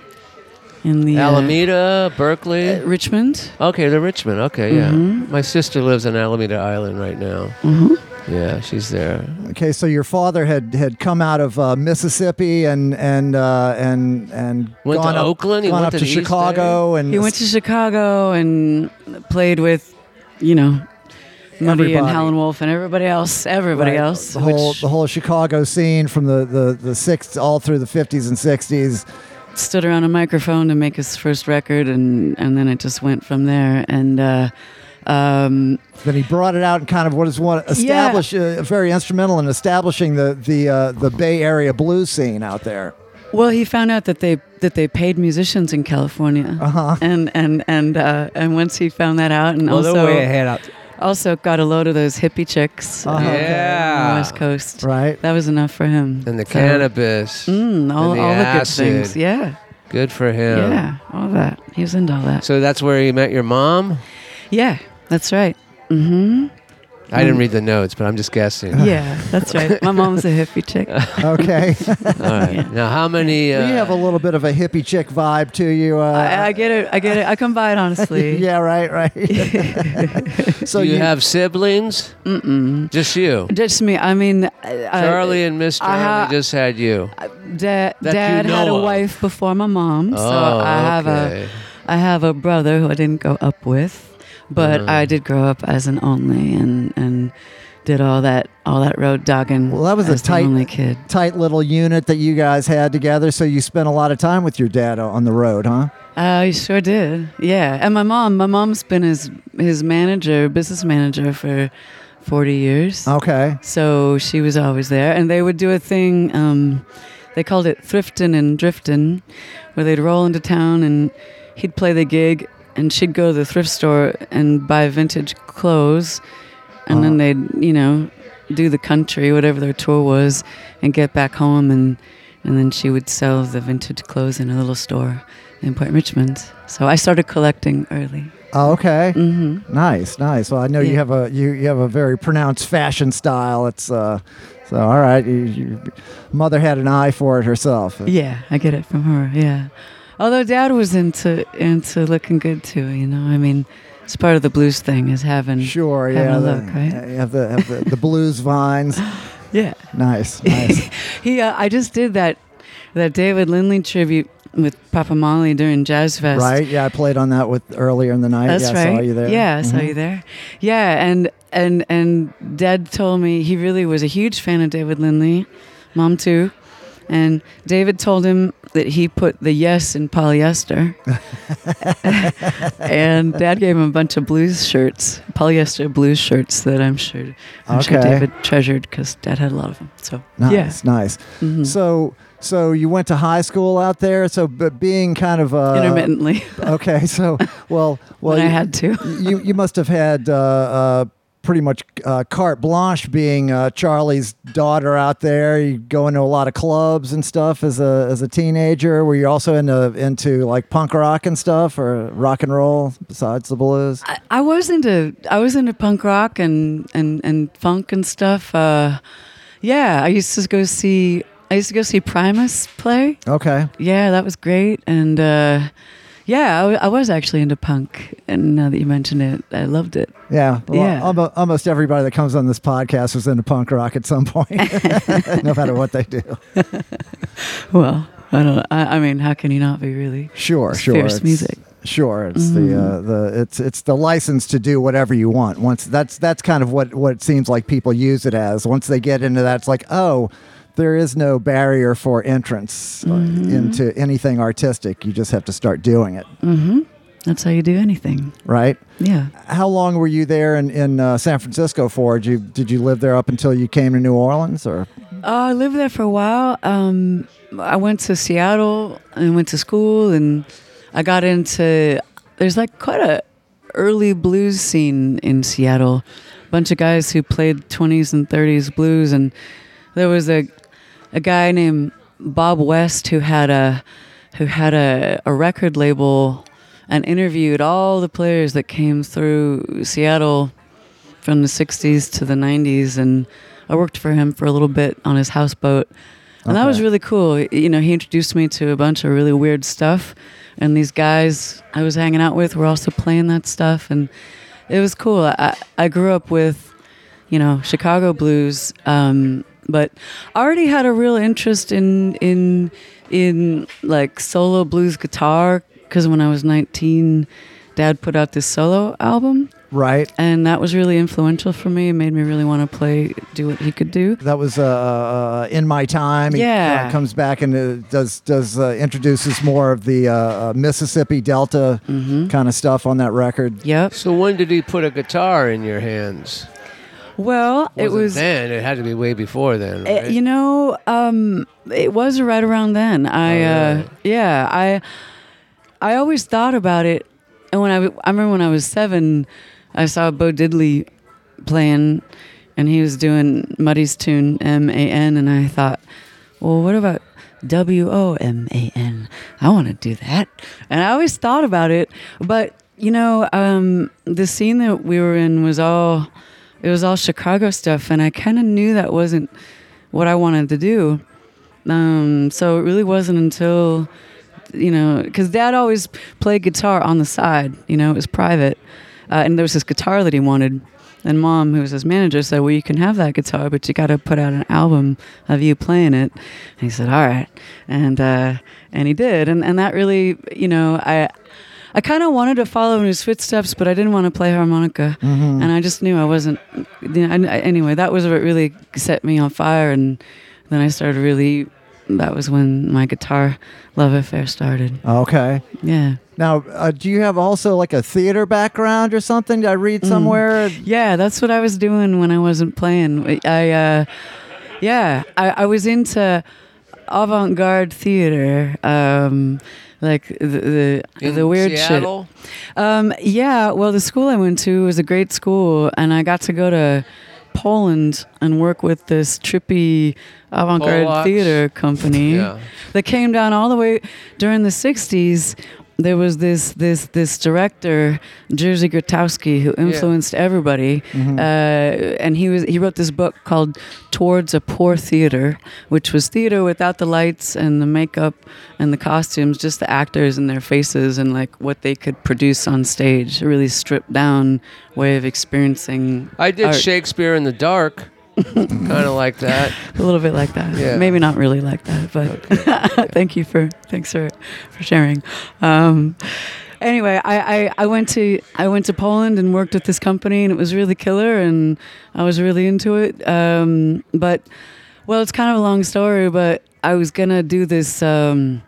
S3: in the uh,
S2: Alameda, Berkeley.
S3: Richmond.
S2: okay, the Richmond. Okay, yeah.
S3: Mm-hmm.
S2: My sister lives on Alameda Island right now.
S3: hmm
S2: Yeah, she's there.
S1: Okay, so your father had, had come out of uh, Mississippi and and uh, and and
S2: Went to
S1: gone up,
S2: Oakland? He
S1: gone
S2: went
S1: up
S2: to
S1: to,
S2: the East
S1: Chicago, and
S3: He went to Chicago and played with, you know, Muddy and
S1: Everybody.
S3: Helen Wolf and everybody else, everybody
S1: Right.
S3: else.
S1: The whole
S3: which
S1: the whole Chicago scene from the the the six all through the fifties and sixties.
S3: stood around a microphone to make his first record, and and then it just went from there. And uh, um,
S1: Then he brought it out and kind of what is one establish uh, very instrumental in establishing the the uh, the Bay Area blues scene out there.
S3: well, he found out that they that they paid musicians in California,
S1: Uh-huh.
S3: and and and uh, and once he found that out, and
S4: Although we
S3: also
S4: had out.
S3: also got a load of those hippie chicks uh,
S1: Uh-huh.
S3: on
S4: Yeah.
S3: the West Coast.
S1: Right.
S3: That was enough for him.
S2: And the
S3: So-
S2: cannabis.
S3: Mm, all,
S2: and the
S3: all the good
S2: acid.
S3: things. Yeah.
S2: Good for him.
S3: yeah. All that. He was into all that.
S2: So that's where you met your mom?
S3: Yeah. That's right. Mm hmm.
S2: I didn't read the notes, but I'm just guessing.
S3: Yeah, that's right. My mom's a hippie chick.
S1: Okay.
S2: All right. Now, how many? Uh,
S1: you have a little bit of a hippie chick vibe to you. Uh,
S3: I, I get it. I get it. I come by it honestly.
S1: yeah, right, right. so
S2: do you, have siblings? Mm-mm. Just you.
S3: Just me. I mean, uh, I-
S2: Charlie and Miss
S3: I
S2: Charlie
S3: ha-
S2: just had you.
S3: Dad,
S2: that you
S3: dad had a
S2: know of.
S3: wife before my mom, so
S2: Oh,
S3: I have
S2: okay.
S3: a I have a brother who I didn't grow up with, but I did grow up as an only and and did all that all that road dogging.
S1: Well, that was a
S3: as the
S1: tight-
S3: only kid.
S1: tight little unit that you guys had together. So you spent a lot of time with your dad on the road, huh?
S3: Uh, I sure did. Yeah, and my mom. My mom's been his his manager, business manager for forty years.
S1: Okay.
S3: So she was always there, and they would do a thing. Um, they called it thriftin' and driftin', where they'd roll into town and he'd play the gig, and she'd go to the thrift store and buy vintage clothes, and then they'd you know do the country, whatever their tour was, and get back home, and and then she would sell the vintage clothes in a little store in Port Richmond. So I started collecting early.
S1: Oh, okay.
S3: hmm
S1: Nice, nice. Well, I know you
S3: Yeah.
S1: have a you, you have a very pronounced fashion style. It's uh, so all right. You, you, mother had an eye for it herself.
S3: Yeah, I get it from her. Yeah, although Dad was into into looking good too. You know, I mean, it's part of the blues thing is having.
S1: Sure.
S3: Having
S1: yeah.
S3: Mm. a
S1: the-
S3: look, right?
S1: uh, you have the have the, the blues vines.
S3: Yeah,
S1: Nice, nice.
S3: he. Uh, I just did that that David Lindley tribute with Papa Molly during Jazz Fest.
S1: right? Yeah, I played on that with earlier in the night.
S3: That's
S1: yeah,
S3: right.
S1: I saw you there. Mm-hmm.
S3: Yeah, I saw you there. Yeah, and and and Dad told me he really was a huge fan of David Lindley, Mom too, and David told him that he put the yes in polyester, and Dad gave him a bunch of blues shirts, polyester blues shirts that I'm sure I'm sure
S1: Okay.
S3: David treasured because Dad had a lot of them. So
S1: Nice,
S3: yeah,
S1: nice.
S3: mhm.
S1: So, so you went to high school out there. So, but being kind of uh,
S3: intermittently
S1: Okay, so well, well,
S3: when I
S1: you,
S3: had to.
S1: you you must have had uh, uh, pretty much uh, carte blanche being uh, Charlie's daughter out there. You going to a lot of clubs and stuff as a as a teenager. Were you also into into like punk rock and stuff or rock and roll besides the blues?
S3: I, I was into I was into punk rock and and and funk and stuff. Uh, yeah, I used to go see I used to go see Primus play.
S1: Okay,
S3: Yeah, that was great. And uh, yeah, I, w- I was actually into punk. And now that you mention it, I loved it.
S1: yeah, well,
S3: Yeah.
S1: almo- almost everybody that comes on this podcast was into punk rock at some point, no matter what they do.
S3: Well, I don't. I, I mean, how can you not be really?
S1: Sure,
S3: It's
S1: sure.
S3: fierce
S1: It's-
S3: music.
S1: Sure, it's the uh, the it's it's the license to do whatever you want. Once that's that's kind of what what it seems like people use it as. Once they get into that, it's like oh, there is no barrier for entrance uh, into anything artistic. You just have to start doing it,
S3: That's how you do anything.
S1: right?
S3: Yeah.
S1: How long were you there in in uh, San Francisco for? Did you did you live there up until you came to New Orleans, or
S3: Uh, I lived there for a while. Um, I went to Seattle and went to school, and I got into. There's like quite a early blues scene in Seattle. Bunch of guys who played 20s and 30s blues, and there was a a guy named Bob West who had a who had a, a record label and interviewed all the players that came through Seattle from the 60s to the 90s and I worked for him for a little bit on his houseboat and that was
S1: Okay.
S3: really cool you know he introduced me to a bunch of really weird stuff and these guys I was hanging out with were also playing that stuff and it was cool I, I grew up with you know Chicago blues um, but I already had a real interest in in in like solo blues guitar because when I was 19 dad put out this solo album
S1: right?
S3: and that was really influential for me and made me really want to play do what he could do
S1: That was uh, uh, in my time. He
S3: Yeah.
S1: kinda comes back and uh, does does uh, introduces more of the uh, uh, Mississippi Delta
S3: Mm-hmm.
S1: kind of stuff on that record.
S3: yep
S2: So when did he put a guitar in your hands?
S3: well it
S2: Wasn't
S3: was
S2: then. It had to be way before then.
S3: it-
S2: right?
S3: you know um it was right around then
S2: Oh,
S3: i uh
S2: really?
S3: yeah i i always thought about it and when i w- i remember when i was seven i saw bo diddley playing and he was doing muddy's tune m-a-n and i thought well what about w-o-m-a-n i want to do that and i always thought about it but you know um the scene that we were in was all it was all Chicago stuff, and I kind of knew that wasn't what I wanted to do. Um, so it really wasn't until, you know, because Dad always played guitar on the side. You know, it was private, uh, and there was this guitar that he wanted. And mom, who was his manager, said, Well, you can have that guitar, but you got to put out an album of you playing it. And he said, All right. And, uh, and he did. And, and that really, you know, I, I kind of wanted to follow in his footsteps, but I didn't want to play harmonica. And I just knew I wasn't, you know, I, I- anyway, that was what really set me on fire. And then I started really, that was when my guitar love affair started.
S1: Okay.
S3: Yeah.
S1: Now, uh, do you have also like a theater background or something? Did I read
S3: Mm.
S1: somewhere?
S3: Yeah, that's what I was doing when I wasn't playing. I, uh, yeah, I, I was into avant-garde theater, um, like the the, the weird
S2: Seattle?
S3: shit. Um, yeah, well, the school I went to was a great school, and I got to go to Poland and work with this trippy avant-garde
S2: Polacks.
S3: theater company
S2: Yeah.
S3: that came down all the way during the 60s there was this this this director Jerzy Grotowski who influenced everybody uh, and he was he wrote this book called Towards a Poor Theater which was theater without the lights and the makeup and the costumes just the actors and their faces and like what they could produce on stage a really stripped down way of experiencing
S2: I did
S3: art.
S2: Shakespeare in the Dark, kind of like that.
S3: a little bit like that.
S2: Yeah.
S3: Maybe not really like that, but thank you for thanks for for sharing. Um, anyway, I, I I went to I went to Poland and worked with this company, and it was really killer, and I was really into it. Um, but well, it's kind of a long story, but I was gonna do this. Um,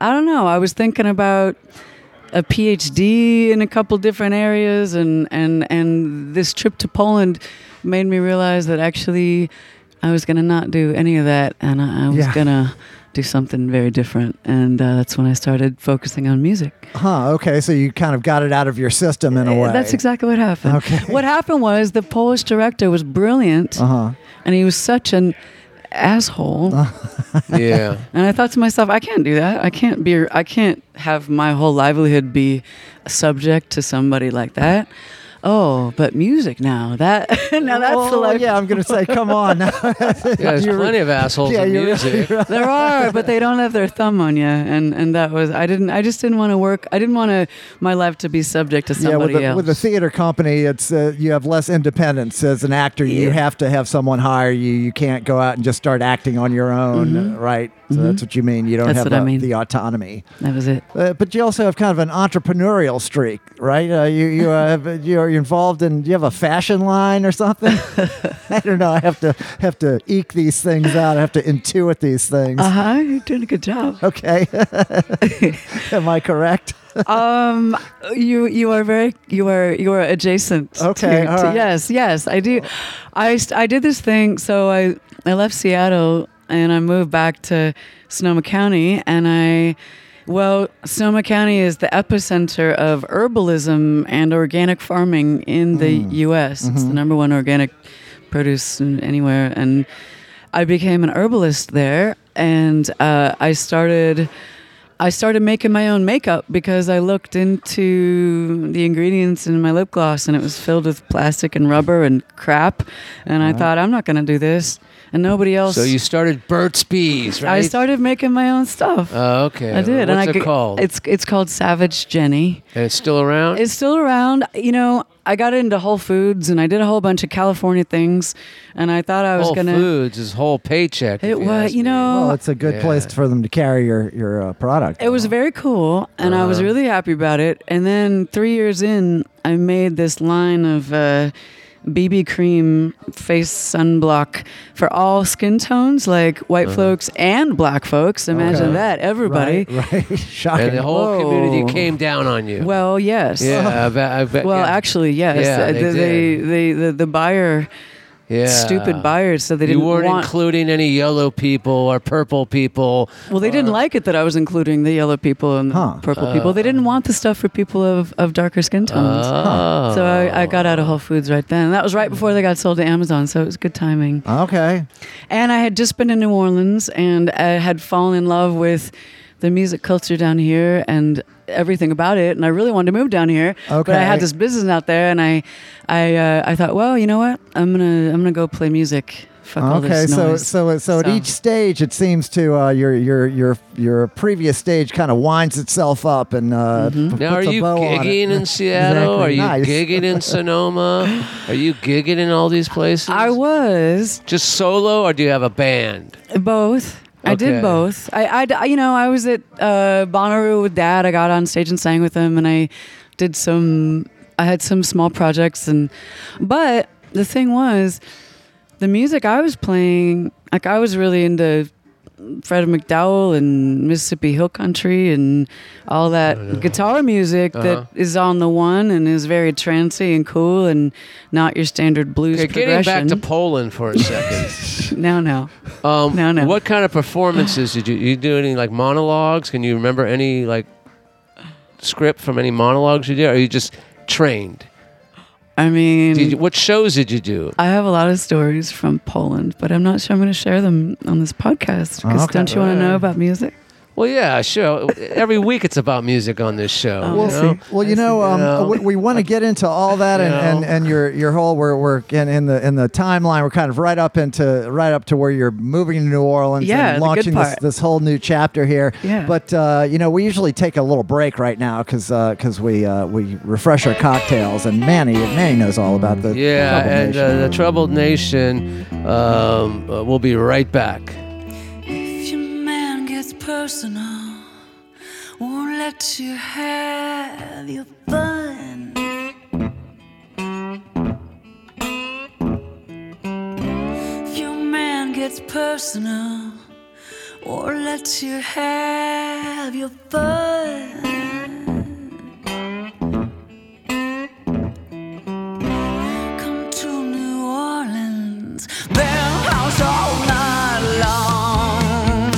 S3: I don't know. I was thinking about a PhD in a couple different areas, and and and this trip to Poland made me realize that actually I was gonna not do any of that, and I, I was
S1: Yeah.
S3: gonna do something very different, and uh, that's when I started focusing on music. Uh,
S1: Huh. Okay. So you kind of got it out of your system in a way.
S3: Eh, That's exactly what happened.
S1: Okay.
S3: What happened was the Polish director was brilliant,
S1: Uh huh.
S3: and he was such an asshole.
S2: Yeah.
S3: And I thought to myself, I can't do that. I can't be. I can't have my whole livelihood be subject to somebody like that. Oh, but music now. That now that's the
S1: Oh,
S3: life.
S1: Yeah, I'm gonna say, come on. now.
S2: Yeah, there's
S1: You're-
S2: plenty of assholes
S1: yeah,
S2: in
S1: you're-
S2: music.
S3: There are, but they don't have their thumb on you, and and that was I didn't. I just didn't want to work. I didn't want to my life to be subject to
S1: yeah,
S3: somebody
S1: with a,
S3: else.
S1: with a theater company, it's uh, you have less independence as an actor. You
S3: Yeah.
S1: have to have someone hire you. You can't go out and just start acting on your own, uh, right? So that's what you mean. You don't
S3: Mm-hmm. That's
S1: have
S3: what I
S1: the-
S3: mean.
S1: the autonomy.
S3: that was it.
S1: Uh, but you also have kind of an entrepreneurial streak, right? Uh, you you uh, have, you're involved in. You have a fashion line or something. I don't know. I have to have to eke these things out. I have to intuit these things.
S3: Uh huh. You're doing a good job.
S1: Okay, am I correct?
S3: um you you are very you are you are adjacent to-
S1: Okay,
S3: to,
S1: all right.
S3: yes yes i do i st- i did this thing so i i left seattle and i moved back to sonoma county and i well sonoma county is the epicenter of herbalism and organic farming in the
S1: Mm.
S3: us it's
S1: Mm-hmm.
S3: the number one organic produce in- anywhere and i became an herbalist there and uh, i started I started making my own makeup because I looked into the ingredients in my lip gloss and it was filled with plastic and rubber and crap. And I thought, I'm not going to do this. And nobody else.
S2: So you started Burt's Bees, right?
S3: I started making my own stuff.
S2: Oh, okay.
S3: I did.
S2: What's
S3: and I
S2: it
S3: g-
S2: called?
S3: It's, it's called Savage Jenny.
S2: and it's still around.
S3: It's still around. You know, I got into Whole Foods and I did a whole bunch of California things. And I thought I was
S2: Whole
S3: going to.
S2: Foods, his whole paycheck. if
S3: It was,
S2: ask
S3: you
S2: me.
S3: know.
S1: Well, it's a good
S2: Yeah.
S1: place for them to carry your your uh, product.
S3: Oh. It was
S2: Uh-huh.
S3: very cool, and I was really happy about it. And then three years in, I made this line of uh, BB cream face sunblock for all skin tones, like white
S2: Uh-huh.
S3: folks and black folks. Imagine
S1: Okay.
S3: that, everybody.
S1: right, right. shocking.
S2: And the whole
S3: Whoa.
S2: community came down on you.
S3: Well, yes.
S2: yeah, I bet, I bet,
S3: Well,
S2: yeah.
S3: actually, yes.
S2: Yeah,
S3: Uh,
S2: they
S3: the, they,
S2: did.
S3: they, the, the buyer,
S2: yeah.
S3: stupid buyers, so they
S2: You
S3: didn't
S2: weren't
S3: want.
S2: including any yellow people or purple people.
S3: well, they
S2: uh-huh.
S3: didn't like it that I was including the yellow people and the
S1: Huh.
S3: purple
S2: Uh,
S3: people. They didn't
S2: uh-huh.
S3: want the stuff for people of, of darker skin tones.
S2: Oh.
S3: So I, I got out of Whole Foods right then. That was right before they got sold to Amazon, so it was good timing.
S1: okay.
S3: And I had just been in New Orleans and I had fallen in love with the music culture down here and everything about it. And I really wanted to move down here, but I
S1: Okay.
S3: had this business out there, and I, I, uh, I thought, well, you know what? I'm gonna, I'm gonna go play music. Fuck all
S1: Okay,
S3: this
S1: so
S3: noise.
S1: so so at
S3: So-
S1: each stage, it seems to uh, your your your your previous stage kind of winds itself up and uh, p-
S2: Mm-hmm. Now, are
S1: puts a
S2: you
S1: bow on it.
S2: gigging in Seattle?
S1: Exactly.
S2: Are you
S1: Nice.
S2: gigging in Sonoma? Are you gigging in all these places?
S3: I was
S2: Just solo, or do you have a band?
S3: Both. I
S2: Okay.
S3: did both. I, I d- you know, I was at uh, Bonnaroo with Dad. I got on stage and sang with him, and I did some. I had some small projects, and but the thing was, the music I was playing, like I was really into Fred McDowell and Mississippi Hill Country and all that guitar music
S2: Oh, Uh-huh.
S3: that is on the one and is very trancy and cool and not your standard blues
S2: Okay, getting back
S3: progression.
S2: to Poland for a second.
S3: no, no.
S2: Um,
S3: No, no.
S2: What kind of performances did you you do? Any like monologues? Can you remember any like script from any monologues you did? Or are you just trained?
S3: I mean,
S2: Did you, what shows did you do?
S3: I have a lot of stories from Poland, but I'm not sure I'm going to share them on this podcast because
S1: Okay.
S3: don't you want to know about music?
S2: Well, yeah, sure. Every week it's about music on this show.
S3: Oh,
S2: you
S1: Well,
S3: I
S2: know?
S3: see.
S1: well, you
S3: I see.
S1: know, um,
S2: Yeah.
S1: we, we want to get into all that and,
S2: Yeah.
S1: and, and your your whole we're, we're in, in the in the timeline. We're kind of right up into right up to where you're moving to New Orleans
S3: Yeah, the
S1: and
S3: good
S1: launching this,
S3: part.
S1: this whole new chapter here.
S3: Yeah.
S1: But uh, you know, we usually take a little break right now because because we uh, we refresh our cocktails and Manny Manny knows all about the
S2: Yeah,
S1: Trouble
S2: and
S1: Nation.
S2: uh, the Troubled Nation. Um, uh, we'll be right back.
S4: If your man gets personal, won't let you have your fun. If your man gets personal, won't let you have your fun. Come to New Orleans, bell house all night long.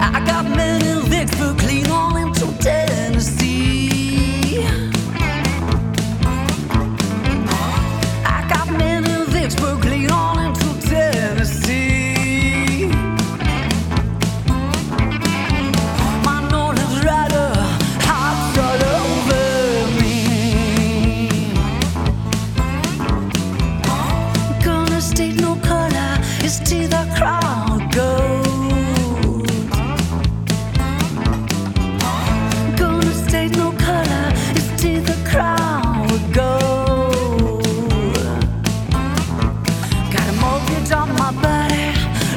S4: I got men in Vicksburg, clean on into Tennessee. I got men in Vicksburg, clean on into Tennessee. My Northern rider hops all over me. Gonna state no color is till the crowd goes. Gonna state no color is till the crowd goes. Got a mortgage on my body,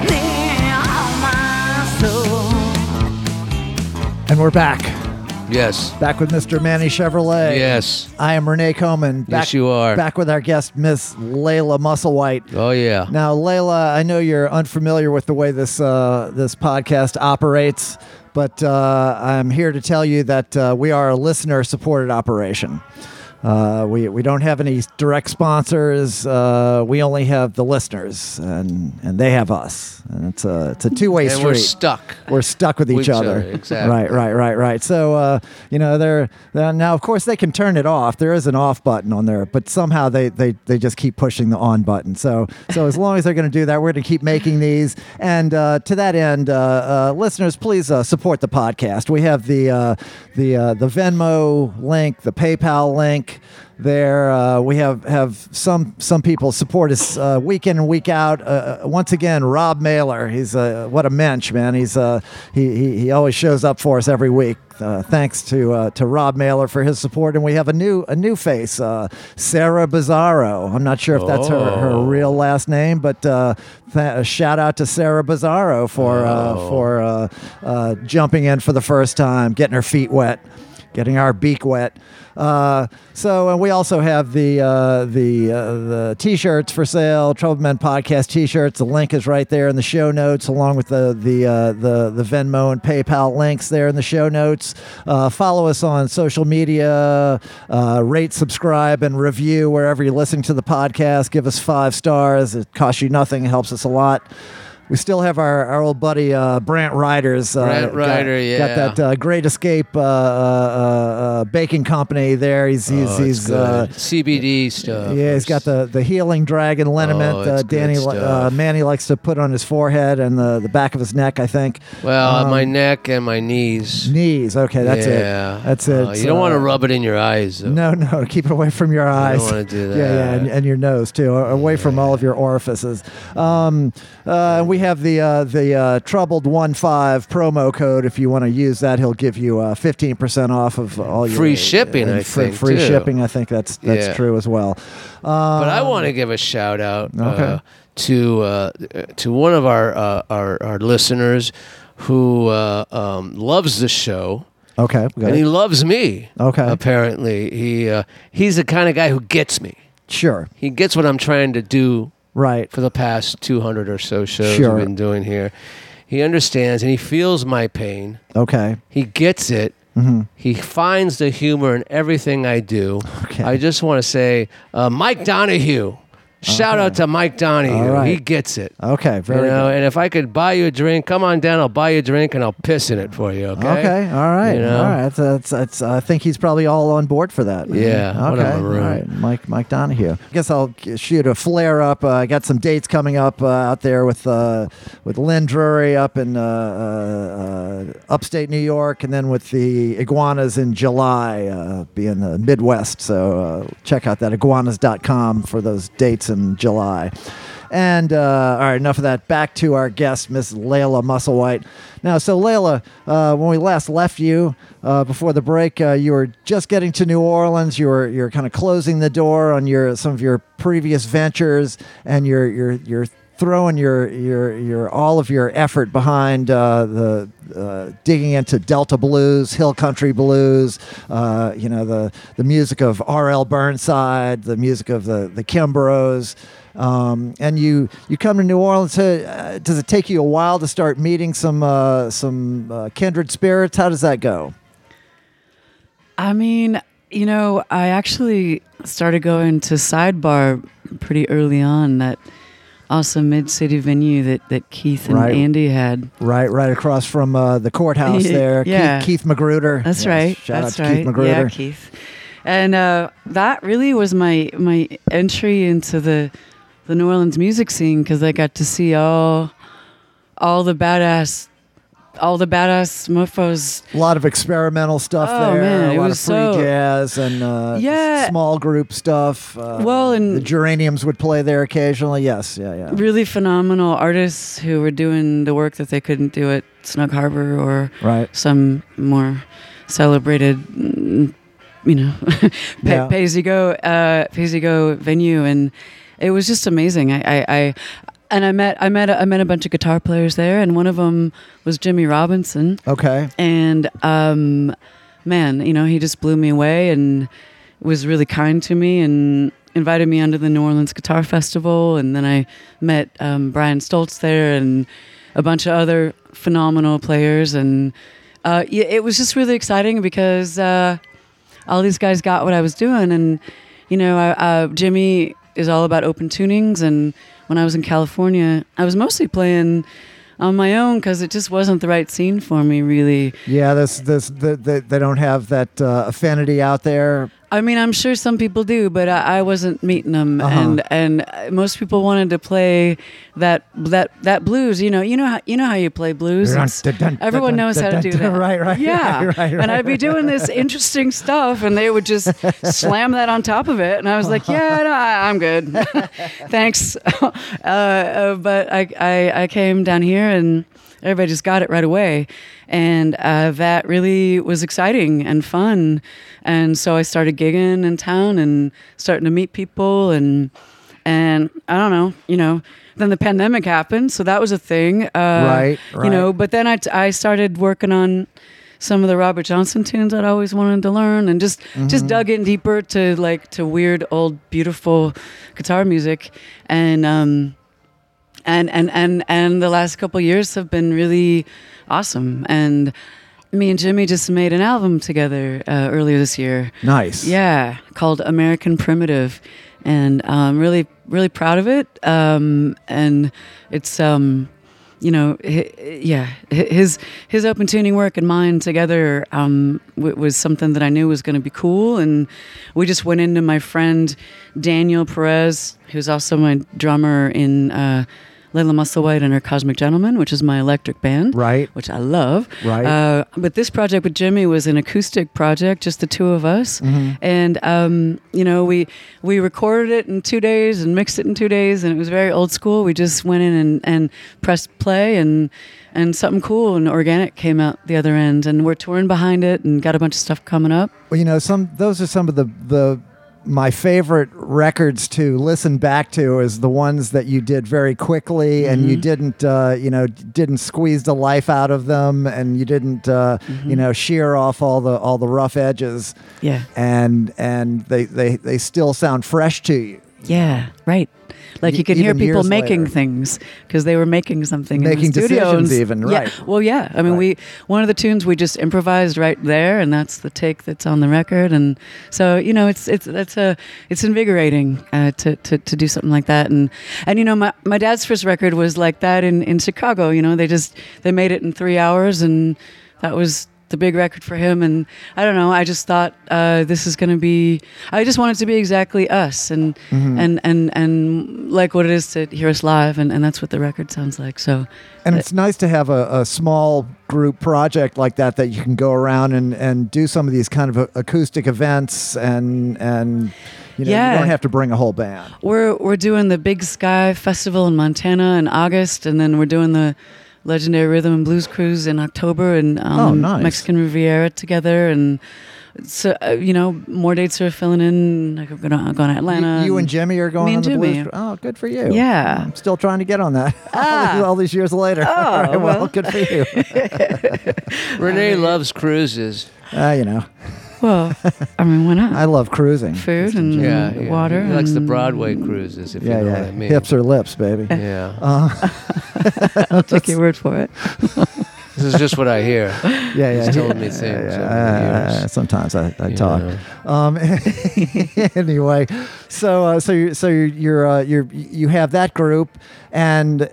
S4: lean on my soul.
S1: and we're back
S2: Yes.
S1: back with Mr. Manny Chevrolet.
S2: Yes.
S1: I am Renee Coman. Back,
S2: Yes, you are.
S1: Back with our guest, Miss Layla Musselwhite.
S2: Oh, yeah.
S1: Now, Layla, I know you're unfamiliar with the way this uh, this podcast operates, but uh, I'm here to tell you that uh, we are a listener supported operation. Uh, we, we don't have any direct sponsors. Uh, we only have the listeners, and, and they have us. And it's a, it's a two way
S2: and we're
S1: street
S2: stuck.
S1: we're stuck with each,
S2: Each
S1: other.
S2: other, exactly.
S1: Right, right, right, right. So uh, you know they're, they're- now of course they can turn it off. There is an off button on there, but somehow they they, they just keep pushing the on button. So so as long as they're going to do that, we're going to keep making these. And uh, to that end, uh, uh, listeners, please uh, support the podcast. We have the uh, the uh, the Venmo link, the PayPal link there. Uh, we have have some some people support us uh, week in and week out. Uh, once again, Rob Mailer, he's uh, what a mensch, man. He's uh, he, he he always shows up for us every week. Uh, thanks to uh, to Rob Mailer for his support, and we have a new a new face, uh, Sarah Bizarro. I'm not sure if that's her, her
S2: Oh.
S1: real last name, but uh, th- a shout out to Sarah Bizarro for uh,
S2: Oh.
S1: for uh, uh, jumping in for the first time, getting her feet wet, getting our beak wet. Uh, so, and we also have the uh, the uh, the t-shirts for sale, Troubled Men Podcast t-shirts. The link is right there in the show notes, along with the the uh, the the Venmo and PayPal links there in the show notes. Uh, follow us on social media, uh, rate, subscribe, and review wherever you're listening to the podcast. Give us five stars. It costs you nothing. It helps us a lot. we still have our, our old buddy uh, Brant Riders. Uh,
S2: Brant
S1: got-
S2: Ryder,
S1: got
S2: yeah.
S1: that uh, Great Escape uh, uh, uh, baking company there. He's he's,
S2: Oh, it's
S1: he's
S2: good.
S1: uh,
S2: CBD stuff.
S1: yeah, he's got the, the healing dragon liniment
S2: Uh, Oh,
S1: uh,
S2: it's good
S1: Danny li- uh,
S2: stuff.
S1: Manny likes to put on his forehead and the, the back of his neck, I think.
S2: Well,
S1: Um,
S2: my neck and my knees.
S1: knees. Okay, that's
S2: yeah.
S1: it. That's it.
S2: Uh, you don't want to
S1: Uh,
S2: rub it in your eyes. Though.
S1: No, no, keep it away from your eyes.
S2: wanna do
S1: Yeah, yeah,
S2: that.
S1: and, and your nose too, a- away from all of your orifices. Um, uh, we have the uh, the uh, troubled one five promo code. If you want to use that, he'll give you uh, fifteen percent off of all your
S2: Free shipping,
S1: and
S2: I
S1: free,
S2: think,
S1: free
S2: too.
S1: shipping. I think that's that's
S2: Yeah.
S1: true as well. Uh,
S2: But I want to give a shout out uh,
S1: Oh, Okay.
S2: to uh, to one of our uh, our, our listeners who uh, um, loves the show.
S1: Okay, we got
S2: And
S1: it.
S2: he loves me.
S1: Okay.
S2: Apparently, he uh, he's the kind of guy who gets me.
S1: sure,
S2: He gets what I'm trying to do
S1: right.
S2: for the past 200 or so shows
S1: Sure.
S2: we've been doing here. He understands and he feels my pain.
S1: Okay,
S2: He gets it.
S1: Mm-hmm.
S2: He finds the humor in everything I do.
S1: Okay.
S2: I just want to say, uh, Mike Donahue. Shout out to Mike Donahue.
S1: Uh-huh. All right.
S2: He gets it.
S1: okay,
S2: You
S1: very
S2: know,
S1: good.
S2: and if I could buy you a drink, come on down. I'll buy you a drink and I'll piss in it for you. Okay.
S1: Okay, all right,
S2: You know?
S1: all right. That's, that's, I think he's probably all on board for that.
S2: Yeah,
S1: Okay.
S2: what a maroon.
S1: All right. Mike Mike Donahue. I guess I'll g- shoot a flare up. Uh, I got some dates coming up uh, out there with uh, with Lynn Drury up in uh, uh, uh, upstate New York, and then with the Iguanas in July, uh, be in the Midwest. So uh, check out that iguanas.com for those dates in July. And uh, all right, enough of that. Back to our guest, Miss Layla Musselwhite. Now, so Layla, uh, when we last left you uh, before the break, uh, you were just getting to New Orleans. You were you're kind of closing the door on your some of your previous ventures, and you're you're you're throwing your your your all of your effort behind uh, the uh, digging into Delta blues, hill country blues, uh, you know the the music of R.L. Burnside, the music of the the Kimbros. Um, and you you come to New Orleans. uh, does it take you a while to start meeting some uh, some uh, kindred spirits? How does that go?
S3: I mean, you know, I actually started going to Sidebar pretty early on, that awesome mid city venue that, that Keith and
S1: Right.
S3: Andy had.
S1: Right, right across from uh, the courthouse there.
S3: Yeah.
S1: Keith, Keith Magruder.
S3: That's
S1: Yes,
S3: right.
S1: Shout
S3: That's
S1: out to
S3: right.
S1: Keith Magruder.
S3: Yeah, Keith. And uh, that really was my my entry into the the New Orleans music scene because I got to see all all the badass all the badass mofos
S1: A lot of experimental stuff
S3: Oh,
S1: there.
S3: man,
S1: a
S3: it
S1: lot
S3: was
S1: of free
S3: so-
S1: jazz and uh,
S3: Yeah.
S1: small group stuff. Uh,
S3: Well, and-
S1: the geraniums would play there occasionally. Yes, yeah, yeah.
S3: really phenomenal artists who were doing the work that they couldn't do at Snug Harbor or
S1: Right.
S3: some more celebrated, mm, you know, pay,
S1: Yeah.
S3: pay as you go, uh, pay as you go venue, and it was just amazing. I, I, I and I met, I met, I met a bunch of guitar players there, and one of them was Jimmy Robinson,
S1: Okay.
S3: and um, man, you know, he just blew me away and was really kind to me and invited me onto the New Orleans Guitar Festival, and then I met um, Brian Stoltz there and a bunch of other phenomenal players, and uh, yeah, it was just really exciting because uh, all these guys got what I was doing, and you know, I, uh, Jimmy is all about open tunings, and when I was in California, I was mostly playing on my own because it just wasn't the right scene for me, really.
S1: Yeah, this this the, the, they don't have that uh, affinity out there.
S3: I mean, I'm sure some people do, but I, I wasn't meeting them,
S1: Uh-huh.
S3: and and uh, most people wanted to play that that that blues. You know, you know how you know how you play blues. It's- Everyone knows how to do that,
S1: right, right.
S3: Yeah,
S1: right, right,
S3: and I'd be doing this interesting stuff, and they would just slam that on top of it, and I was
S1: Uh-huh.
S3: like, "Yeah, no, I, I'm good, thanks." uh, uh, but I, I I came down here, and everybody just got it right away, and uh, that really was exciting and fun, and so I started gigging in town and starting to meet people and. And I don't know, you know, then the pandemic happened. So that was a thing. Uh,
S1: Right,
S3: You know,
S1: right.
S3: but then I, t- I started working on some of the Robert Johnson tunes I'd always wanted to learn and just just dug in deeper to like to weird old beautiful guitar music and um and and and and the last couple years have been really awesome and me and Jimmy just made an album together uh, earlier this year.
S1: Nice.
S3: Yeah, called American Primitive, and I'm really really proud of it. Um, and it's um, you know, hi yeah, hi- his his open tuning work and mine together um, w- was something that I knew was going to be cool, and we just went into my friend Daniel Perez, who's also my drummer in uh, Layla Musselwhite and her Cosmic Gentleman, which is my electric band,
S1: Right.
S3: Which I love,
S1: Right.
S3: Uh, but this project with Jimmy was an acoustic project, just the two of us,
S1: Mm-hmm.
S3: and um, you know, we we recorded it in two days and mixed it in two days, and it was very old school. We just went in and, and pressed play, and and something cool and organic came out the other end, and we're touring behind it, and got a bunch of stuff coming up.
S1: Well, you know, some those are some of the the my favorite records to listen back to is the ones that you did very quickly and you
S3: Mm-hmm.
S1: didn't uh, you know didn't squeeze the life out of them and you didn't uh, you know shear off all the all the rough edges
S3: Mm-hmm. Yeah,
S1: and and they they they still sound fresh to you
S3: yeah, right. Like
S1: E-
S3: you can hear
S1: even
S3: people
S1: years
S3: making
S1: later.
S3: things because they were making something,
S1: Making
S3: in the studio
S1: decisions
S3: and-
S1: even,
S3: yeah.
S1: right.
S3: Well, yeah. I mean, we one of the tunes we just improvised right there, and that's the take that's on the record. And so you know, it's it's that's a it's invigorating uh, to, to to do something like that. And and you know, my, my dad's first record was like that in in Chicago. You know, they just they made it in three hours, and that was the big record for him. And I don't know, I just thought uh, this is going to be. I just wanted to be exactly us, and
S1: Mm-hmm.
S3: and and and like what it is to hear us live, and and that's what the record sounds like. So.
S1: And it's nice to have a, a small group project like that that you can go around and, and do some of these kind of a- acoustic events and and you know
S3: Yeah.
S1: you don't have to bring a whole band.
S3: We're we're doing the Big Sky Festival in Montana in August, and then we're doing the Legendary Rhythm and Blues Cruise in October, and um,
S1: Oh, nice.
S3: Mexican Riviera together, and so uh, you know more dates are filling in. Like I'm gonna I'm going to Atlanta.
S1: You, you and Jimmy are going
S3: Me
S1: on
S3: and
S1: the
S3: Jimmy.
S1: blues. Oh, good for you.
S3: Yeah.
S1: I'm still trying to get on that. all,
S3: Ah.
S1: these, all these years later.
S3: Oh,
S1: all right, well,
S3: well.
S1: good for you.
S2: Renee loves cruises.
S1: uh, you know,
S3: Well, I mean, why not?
S1: I love cruising.
S3: Food and
S2: Yeah, yeah.
S3: Mm, water. Mm.
S2: He likes the
S3: and-
S2: Broadway cruises, if
S1: Yeah,
S2: you know
S1: yeah.
S2: what I mean.
S1: Hips Uh, or lips, baby.
S2: Yeah,
S3: I'll take your word for it.
S2: this is just what I hear.
S1: yeah, yeah.
S2: He's told me
S1: Yeah,
S2: things
S1: yeah,
S2: over the
S1: uh,
S2: years.
S1: sometimes I, I
S2: You
S1: talk. Um, anyway, so uh, so you're, so you're you're, uh, you're you have that group and uh,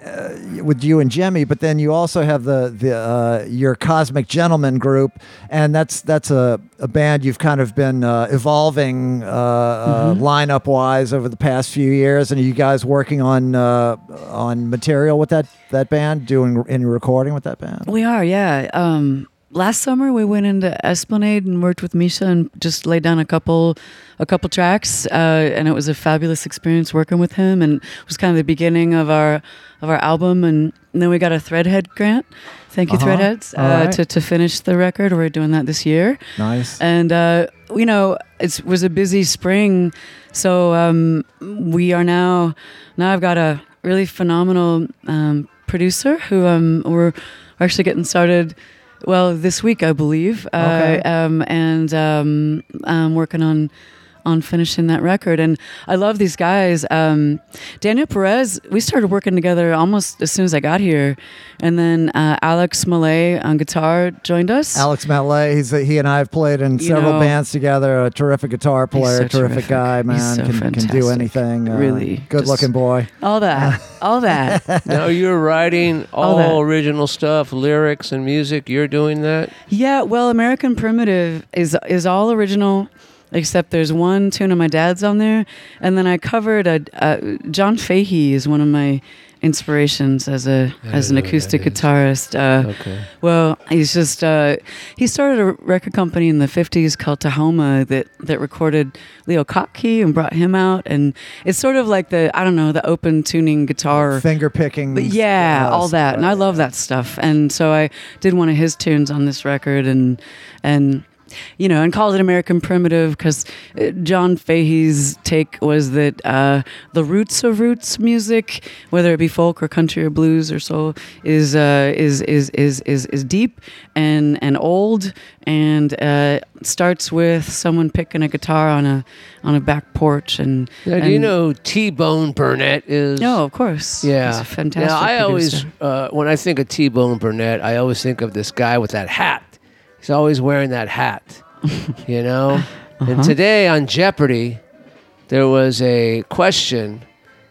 S1: with you and Jimmy, but then you also have the the uh, your Cosmic Gentleman group, and that's that's a, a band you've kind of been uh, evolving uh, uh, lineup wise over the past few years, and are you guys working on uh, on material with that that band, doing any recording with that band?
S3: We are, yeah. Um, last summer we went into Esplanade and worked with Misha and just laid down a couple, a couple tracks, uh, and it was a fabulous experience working with him. And it was kind of the beginning of our of our album. And then we got a Threadhead grant. Thank you,
S1: Uh-huh.
S3: Threadheads,
S1: All
S3: uh,
S1: right.
S3: to to finish the record. We're doing that this year.
S1: Nice.
S3: And uh, you know, it was a busy spring, so um, we are now. Now I've got a really phenomenal um, producer who um, we're actually getting started. Well, this week I believe, uh,
S1: Okay.
S3: um, and um, I'm working on on finishing that record. And I love these guys. Um, Daniel Perez, we started working together almost as soon as I got here, and then uh, Alex Malay on guitar joined us.
S1: Alex Matley, he's he and I have played in
S3: You
S1: several
S3: know-
S1: bands together. A terrific guitar player,
S3: so
S1: terrific,
S3: terrific.
S1: guy,
S3: He's
S1: man.
S3: so
S1: can, can do
S3: fantastic.
S1: anything. uh,
S3: Really,
S1: good
S3: just-
S1: looking boy.
S3: All that. All that.
S2: Now you're writing all,
S3: that.
S2: original stuff, lyrics and music. You're doing that.
S3: yeah, well, American Primitive is is all original except there's one tune of my dad's on there and then I covered a, a John Fahey is one of my inspirations as a as an
S2: know who that is.
S3: acoustic guitarist. Uh,
S2: Okay.
S3: Well, he's just uh, he started a record company in the '50s called Tahoma that that recorded Leo Kottke and brought him out, and it's sort of like the I don't know the open tuning guitar
S1: Finger picking.
S3: But yeah, all that, and I love that stuff. And so I did one of his tunes on this record, and and you know, and called it American Primitive because John Fahey's take was that uh, the roots of roots music, whether it be folk or country or blues or soul, is uh, is, is is is is deep and and old, and uh, starts with someone picking a guitar on a on a back porch and.
S2: Now, do you
S3: and-
S2: know T Bone Burnett is?
S3: No, of course.
S2: Yeah.
S3: He's a fantastic.
S2: Now, I
S3: producer.
S2: always, uh, when I think of T Bone Burnett, I always think of this guy with that hat. He's always wearing that hat, you know?
S3: Uh-huh.
S2: And today on Jeopardy, there was a question,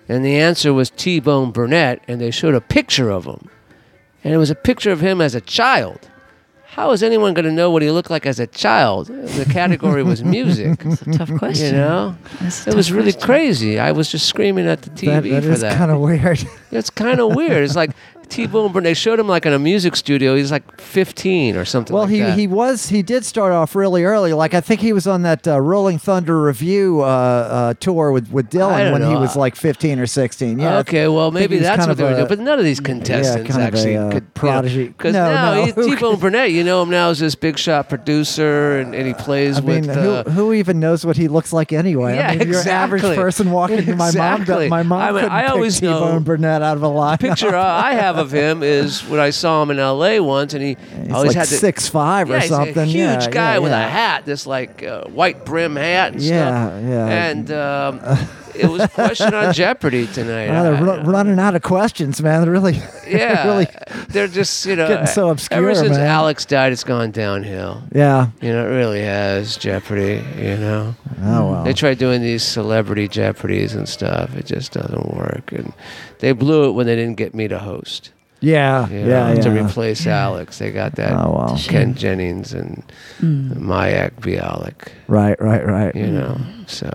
S2: and the answer was T Bone Burnett, and they showed a picture of him. and it was a picture of him as a child. How is anyone going to know what he looked like as a child? The category was music.
S3: Tough question.
S2: You know,
S3: That's a
S2: it was
S3: tough
S2: really
S3: question.
S2: crazy. I was just screaming at the TV
S1: That, that
S2: for
S1: is
S2: that.
S1: kind of weird.
S2: It's kind of weird. It's like T-Bone Burnett. They showed him like in a music studio. He's like 15 or something.
S1: Well,
S2: like
S1: he,
S2: that.
S1: he was he did start off really early. Like I think he was on that uh, Rolling Thunder review uh, uh, tour with with
S2: I
S1: Dylan
S2: don't
S1: when he
S2: know.
S1: was like fifteen or sixteen. Yeah.
S2: okay, well,
S1: think
S2: maybe
S1: he was
S2: that's
S1: kind
S2: what
S1: of
S2: they were
S1: a-
S2: doing. But none of these contestants
S1: kind of a,
S2: actually
S1: uh,
S2: could.
S1: prodigy.
S2: Because
S1: No,
S2: now
S1: no.
S2: he's T-Bone Burnett. You know him now as this big shot producer, and, and he plays
S1: I mean,
S2: with. uh,
S1: who, who even knows what he looks like anyway?
S2: Yeah,
S1: I mean, your average
S2: exactly.
S1: person walking to my mom,
S2: Exactly.
S1: do- my mom
S2: I mean,
S1: couldn't
S2: I
S1: pick
S2: always know-
S1: T-Bone Burnett out of a lineup.
S2: picture I have of him is when I saw him in L.A. once, and he
S1: He's
S2: always
S1: like
S2: had to,
S1: six five
S2: yeah,
S1: or
S2: he's
S1: something.
S2: a huge
S1: yeah,
S2: guy
S1: yeah,
S2: with
S1: yeah.
S2: a hat, this like uh, white brim hat. And
S1: Yeah,
S2: stuff.
S1: yeah.
S2: And um, it was a question on Jeopardy tonight.
S1: Wow, they're
S2: I- uh,
S1: ru- running out of questions, man. They're really,
S2: yeah,
S1: really,
S2: they're just you know
S1: getting so obscure,
S2: Ever since
S1: man.
S2: Alex died, it's gone downhill.
S1: yeah.
S2: You know, it really has Jeopardy. You know,
S1: Oh well.
S2: they tried doing these celebrity Jeopardies and stuff. It just doesn't work, and they blew it when they didn't get me to host.
S1: Yeah,
S2: You
S1: yeah,
S2: know,
S1: yeah.
S2: to replace Alex, they got that
S1: Oh, Hmm. wow.
S2: Ken Jennings and Mayak Bialik.
S1: Right, right, right.
S2: You know, so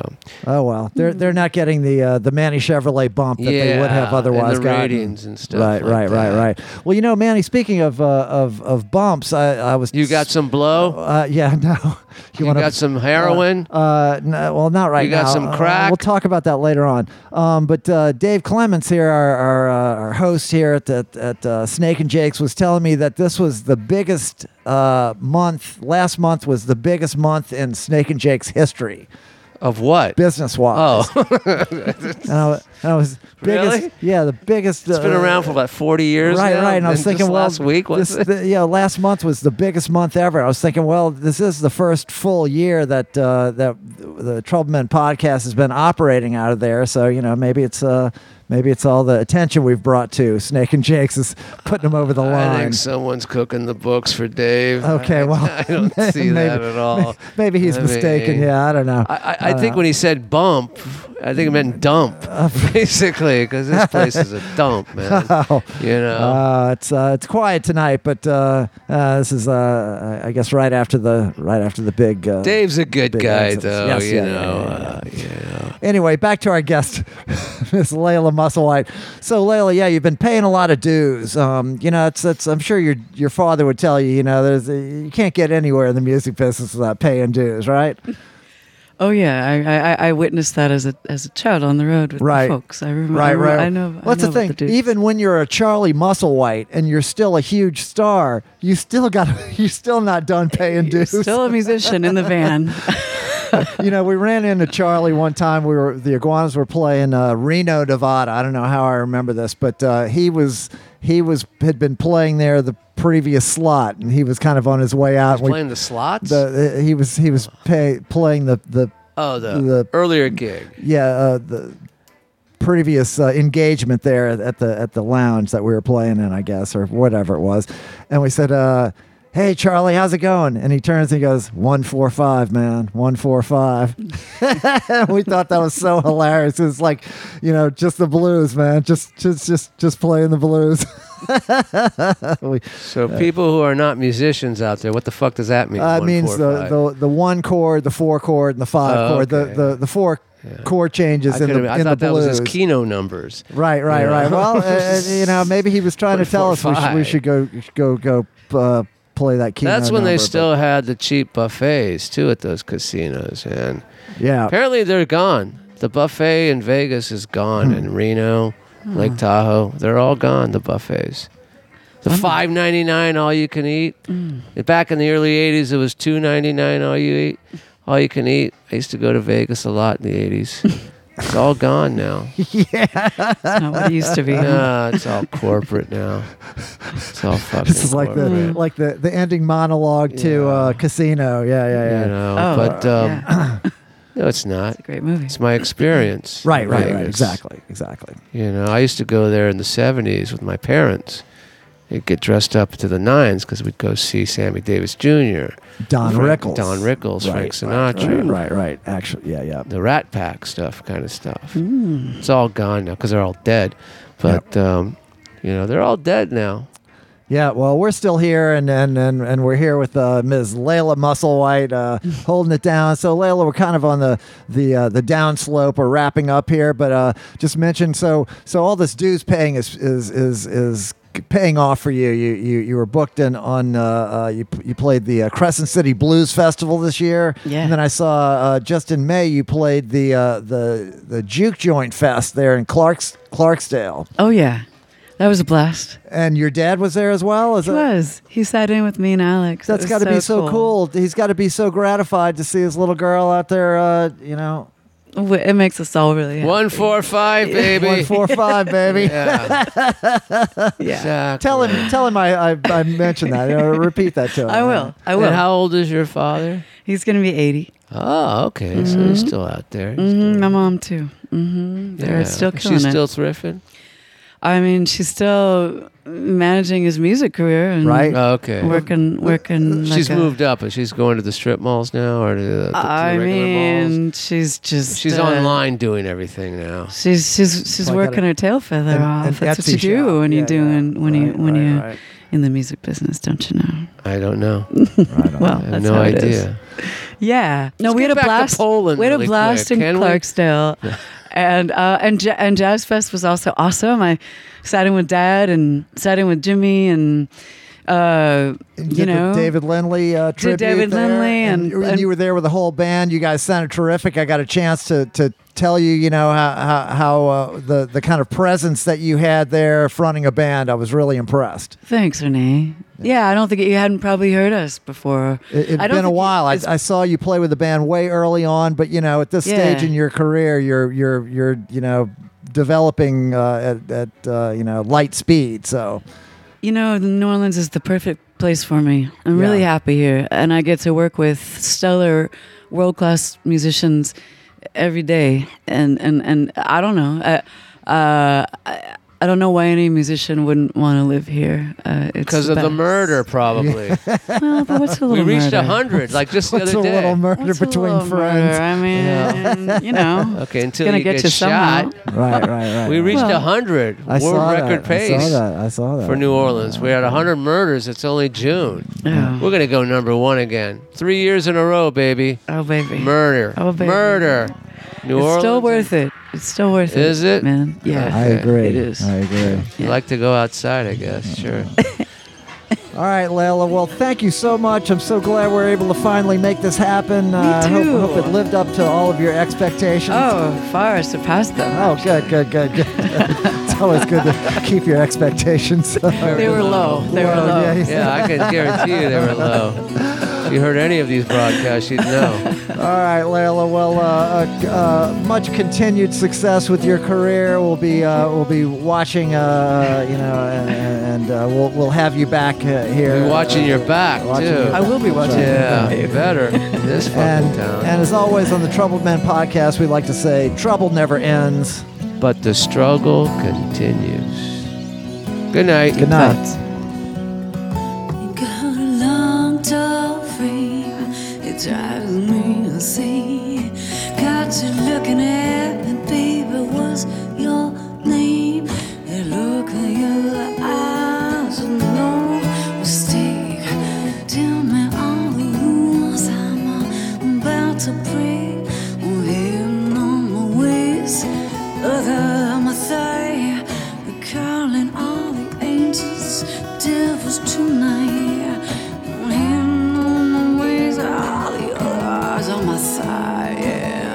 S1: Oh well, they're they're not getting the uh, the Manny Chevrolet bump that
S2: yeah,
S1: they would have otherwise
S2: and the
S1: gotten.
S2: ratings and stuff.
S1: right,
S2: like
S1: right, right,
S2: that.
S1: right. Well, you know, Manny. Speaking of uh, of of bumps, I, I was
S2: You got some blow.
S1: uh, yeah no.
S2: You,
S1: wanna-
S2: got some heroin.
S1: Uh, no, well, not right
S2: You got
S1: now.
S2: some
S1: Uh,
S2: crack?
S1: we'll talk about that later on. Um, but uh, Dave Clements here, our our, uh, our host here at at, at uh, Snake and Jake's, was telling me that this was the biggest uh, month. Last month was the biggest month in Snake and Jake's history,
S2: of what?
S1: business wise.
S2: Oh,
S1: and I, wa- and I was biggest.
S2: Really?
S1: Yeah, the biggest. uh,
S2: it's been around for about 40 years.
S1: Right,
S2: now,
S1: right. And I was thinking,
S2: just
S1: well,
S2: last week was
S1: this,
S2: it?
S1: the- yeah, last month was the biggest month ever. I was thinking, well, this is the first full year that uh, that the Troublemen podcast has been operating out of there. So you know, maybe it's uh, maybe it's all the attention we've brought to Snake and Jake's is putting them over the
S2: I
S1: line.
S2: think someone's cooking the books for Dave.
S1: Okay,
S2: I-
S1: well,
S2: I don't see that at all.
S1: Maybe he's
S2: I mean,
S1: mistaken. yeah, I don't know. Mm. Uh,
S2: I, I, I think when he said bump, I think it meant dump, basically, because this place is a dump, man. uh, You know,
S1: Oh. Uh, it's uh, it's quiet tonight, but uh, uh, this is uh, I- I guess right after the right after the big uh,
S2: Dave's a good
S1: big
S2: guy,
S1: exodus.
S2: though.
S1: Yes,
S2: you
S1: yeah, yeah,
S2: know,
S1: yeah, yeah.
S2: uh, you know.
S1: Anyway, back to our guest, Miss Layla Musselwhite. So, Layla, yeah, you've been paying a lot of dues. Um, you know, it's, it's I'm sure your your father would tell you, you know, there's uh, you can't get anywhere in the music business without paying dues, right?
S3: Oh yeah, I, I I witnessed that as a as a child on the road with
S1: Right.
S3: the folks. I remember. I,
S1: right,
S3: remember-
S1: right.
S3: I know. I
S1: What's
S3: know
S1: the
S3: what
S1: thing?
S3: dudes-
S1: Even when you're a Charlie Musselwhite and you're still a huge star, you still got you still not done paying
S3: You're
S1: dues.
S3: still a musician in the van.
S1: you know, we ran into Charlie one time. We were the Iguanas were playing uh, Reno, Nevada. I don't know how I remember this, but uh, he was he was had been playing there the previous slot, and he was kind of on his way out. We-
S2: playing the slots.
S1: the, uh, he was he was pay, playing the the
S2: oh, the,
S1: the-
S2: earlier gig.
S1: yeah uh, the previous uh, engagement there at the at the lounge that we were playing in, I guess, or whatever it was. And we said, uh, "Hey, Charlie, how's it going?" And he turns and he goes, "One four five, man, one four five. and we thought that was so hilarious. It was like, you know, just the blues, man, just just just just playing the blues. we,
S2: So people who are not musicians out there, what the fuck does that mean?
S1: uh, it
S2: One,
S1: means
S2: four,
S1: the,
S2: five?
S1: the the one chord, the four chord, and the five
S2: Oh,
S1: chord.
S2: okay.
S1: The, the the four chord
S2: I,
S1: changes in
S2: could've-
S1: the
S2: I
S1: in
S2: thought
S1: the
S2: that
S1: blues.
S2: was his Kino numbers.
S1: Right, right,
S2: You know?
S1: right. Well, uh, uh, you know, maybe he was trying to tell us we should, we
S2: 24-5.
S1: should go go go uh, play that key.
S2: That's when they still had the cheap buffets too at those casinos, and
S1: yeah.
S2: apparently they're gone. The buffet in Vegas is gone,
S1: Hmm.
S2: in Reno, Lake Tahoe, they're all gone. The buffets, the five ninety nine all you can eat.
S1: Hmm.
S2: Back in the early eighties, it was two ninety nine all you eat, all you can eat. I used to go to Vegas a lot in the eighties. it's all gone now.
S3: That's not what it used to be.
S2: Nah, it's all corporate now. It's all fucking.
S1: This is like the
S2: corporate.
S1: like the, the ending monologue to uh, Casino. Yeah, yeah, yeah.
S2: you know,
S3: Oh,
S2: but um,
S3: yeah.
S2: no, it's not.
S3: It's a great movie.
S2: It's my experience.
S1: Right,
S2: in
S1: right, right.
S2: Vegas.
S1: Exactly, exactly.
S2: You know, I used to go there in the 70s with my parents. They'd get dressed up to the nines because we'd go see Sammy Davis Jr.,
S1: Don
S2: Frank-
S1: Rickles.
S2: Don Rickles, Frank Sinatra.
S1: Right, right, right. Actually, yeah, yeah.
S2: the Rat Pack stuff, kind of stuff.
S1: Mm.
S2: It's all gone now because they're all dead. But, um, you know, they're all dead now.
S1: Yeah, well, we're still here, and and and, and we're here with uh, Ms. Layla Musselwhite uh,
S3: Mm-hmm.
S1: holding it down. So, Layla, we're kind of on the the uh, the downslope. We're wrapping up here, but uh, just mention so so all this dues paying is is is is paying off for you. You you, you were booked in on uh, uh, you you played the uh, Crescent City Blues Festival this year,
S3: Yeah.
S1: and then I saw uh, just in May you played the uh, the the Juke Joint Fest there in Clarks Clarksdale,
S3: Oh yeah, that was a blast.
S1: and your dad was there as well. Is
S3: He was. He sat in with me and Alex.
S1: That's got to be so cool. He's got to be so gratified to see his little girl out there. Uh, you know,
S3: cool. It makes us all really happy.
S2: One four five, baby.
S1: one four five, baby.
S2: Yeah.
S3: Yeah.
S2: Exactly.
S1: Tell him, tell him I I, I mentioned that. You know, repeat that to him.
S3: I will. I
S2: And
S3: will.
S2: how old is your father?
S3: He's gonna be 80.
S2: Oh, okay. So
S3: Mm-hmm.
S2: he's still out there. He's
S3: Mm,
S2: doing-
S3: my mom too. hmm They're
S2: Yeah.
S3: still killing
S2: She's
S3: it.
S2: still thrifting.
S3: I mean, she's still managing his music career and
S1: Right.
S2: Oh, okay.
S3: working, working.
S2: she's
S3: like a-
S2: moved up, and she's going to the strip malls now, or to the, to the
S3: I
S2: regular malls.
S3: mean, she's just.
S2: She's
S3: uh,
S2: online doing everything now.
S3: She's she's she's
S1: Like at
S3: working
S1: a-
S3: her tail feather
S1: An-
S3: off.
S1: an
S3: That's what
S1: Etsy
S3: you
S1: shop.
S3: do when
S1: Yeah,
S3: you're doing
S1: yeah.
S3: when you
S1: Right,
S3: when
S1: right,
S3: you're
S1: right.
S3: in the music business, don't you know?
S2: I don't know.
S1: Right on.
S3: Well,
S2: I have
S3: that's
S2: no
S3: how it is.
S2: idea.
S3: Yeah. No,
S2: Let's
S3: we
S2: get
S3: had a
S2: back to
S3: blast.
S2: Poland
S3: we had
S2: really
S3: a blast
S2: quick,
S3: in
S2: can we?
S3: Clarksdale, and uh, and Ja- and Jazz Fest was also awesome. I sat in with Dad and sat in with Jimmy and. Uh,
S1: And
S3: you
S1: did the
S3: know,
S1: David Lindley uh, tribute.
S3: David
S1: there,
S3: Lindley and-
S1: you-
S3: and-
S1: you were there with the whole band. You guys sounded terrific. I got a chance to to tell you, you know, how how, how uh, the the kind of presence that you had there fronting a band. I was really impressed.
S3: Thanks, Renee. Yeah, I don't think you hadn't probably heard us before.
S1: It,
S3: I
S1: had
S3: don't
S1: been a
S3: think you-
S1: while. I,
S3: it's-
S1: I saw you play with the band way early on, but you know, at this stage
S3: Yeah.
S1: in your career, you're you're you're you know developing uh, at, at uh, you know light speed. So
S3: You know, New Orleans is the perfect place for me. I'm really
S1: Yeah.
S3: happy here, and I get to work with stellar, world class musicians every day. And and and I don't know. I, uh, I, I don't know why any musician wouldn't want to live here. Uh, it's
S2: Because of the
S3: best.
S2: murder, probably.
S3: Well, but what's a
S2: we
S3: little
S2: reached a
S3: murder?
S2: hundred, like just the
S1: it's a
S2: other day.
S1: little murder
S3: What's a
S1: between
S3: little
S1: friends.
S3: murder? I mean, you know,
S2: okay, until
S3: gonna
S2: you
S3: get
S2: get,
S3: you somehow.
S2: shot.
S1: Right, right, right.
S2: We
S1: right.
S2: reached a
S3: Well,
S2: hundred
S1: I
S2: world
S1: saw
S2: record
S1: that. I
S2: pace
S1: saw that. I saw that
S2: for New Orleans. We're at hundred murders. It's only June.
S3: oh,
S2: We're gonna go number one again. Three years in a row, baby.
S3: oh baby,
S2: Murder.
S3: Oh, baby.
S2: Murder. New
S3: it's
S2: Orleans.
S3: still worth it. It's still worth it.
S2: Is it?
S3: man? Yeah.
S1: I agree.
S3: It is.
S1: I agree.
S2: You like to go outside, I guess. Sure.
S1: All right, Layla. Well, thank you so much. I'm so glad we're able to finally make this happen. I hope-
S3: too.
S1: hope, it lived up to all of your expectations.
S3: Oh, far surpassed them.
S1: Oh, good, good, good, good. it's always good to keep your expectations.
S3: They were low. They were
S1: Well,
S3: low.
S1: yeah,
S2: Yeah, I can guarantee you they were low. If you heard any of these broadcasts, you'd know.
S1: All right, Layla. Well, uh, uh, uh, much continued success with your career. We'll be uh, we'll be watching. Uh, you know, and, and uh, we'll we'll have you back uh, here.
S2: You're watching your back
S1: Watching your
S2: too.
S3: I will be watching.
S2: Yeah, better in this fucking
S1: And
S2: town.
S1: and as always on the Troubled Men podcast, we like to say trouble never ends.
S2: but the struggle continues. Good night.
S1: Good night.
S4: You got a long, tall frame. It drives me insane. Got you looking at me, baby. What's your name? The look in your eyes was no mistake. Tell me all the rules I'm about to break. I'm heading on my waist, other my thigh. Calling all the angels, devils tonight. Hand on my ways, all the others on my side, yeah. Mm-hmm.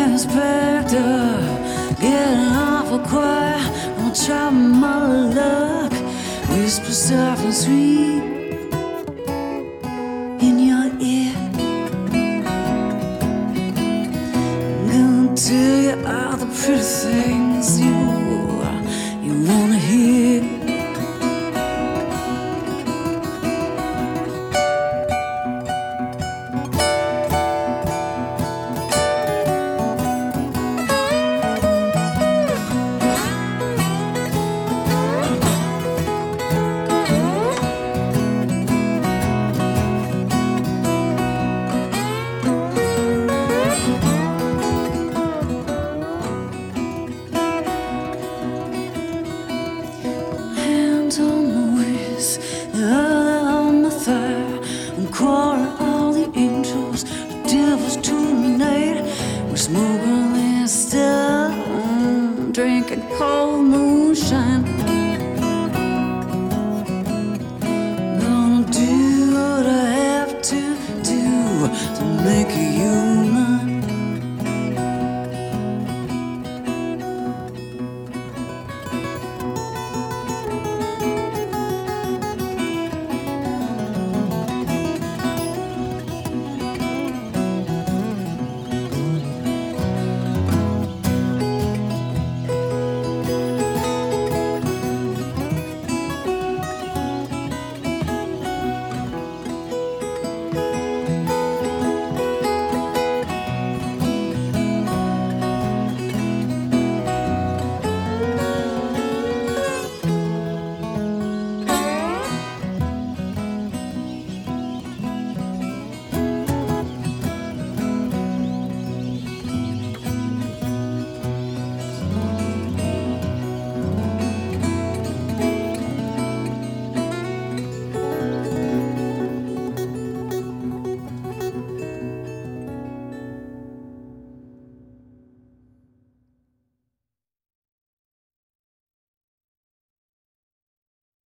S4: inspector, getting awful quiet. Won't try my luck. Whisper soft and sweet in your ear. Gonna tell you all the pretty things you you wanna hear. hands on my waist, the other on my thigh. I'm calling all the angels, the devils tonight. We're smoking and still drinking cold.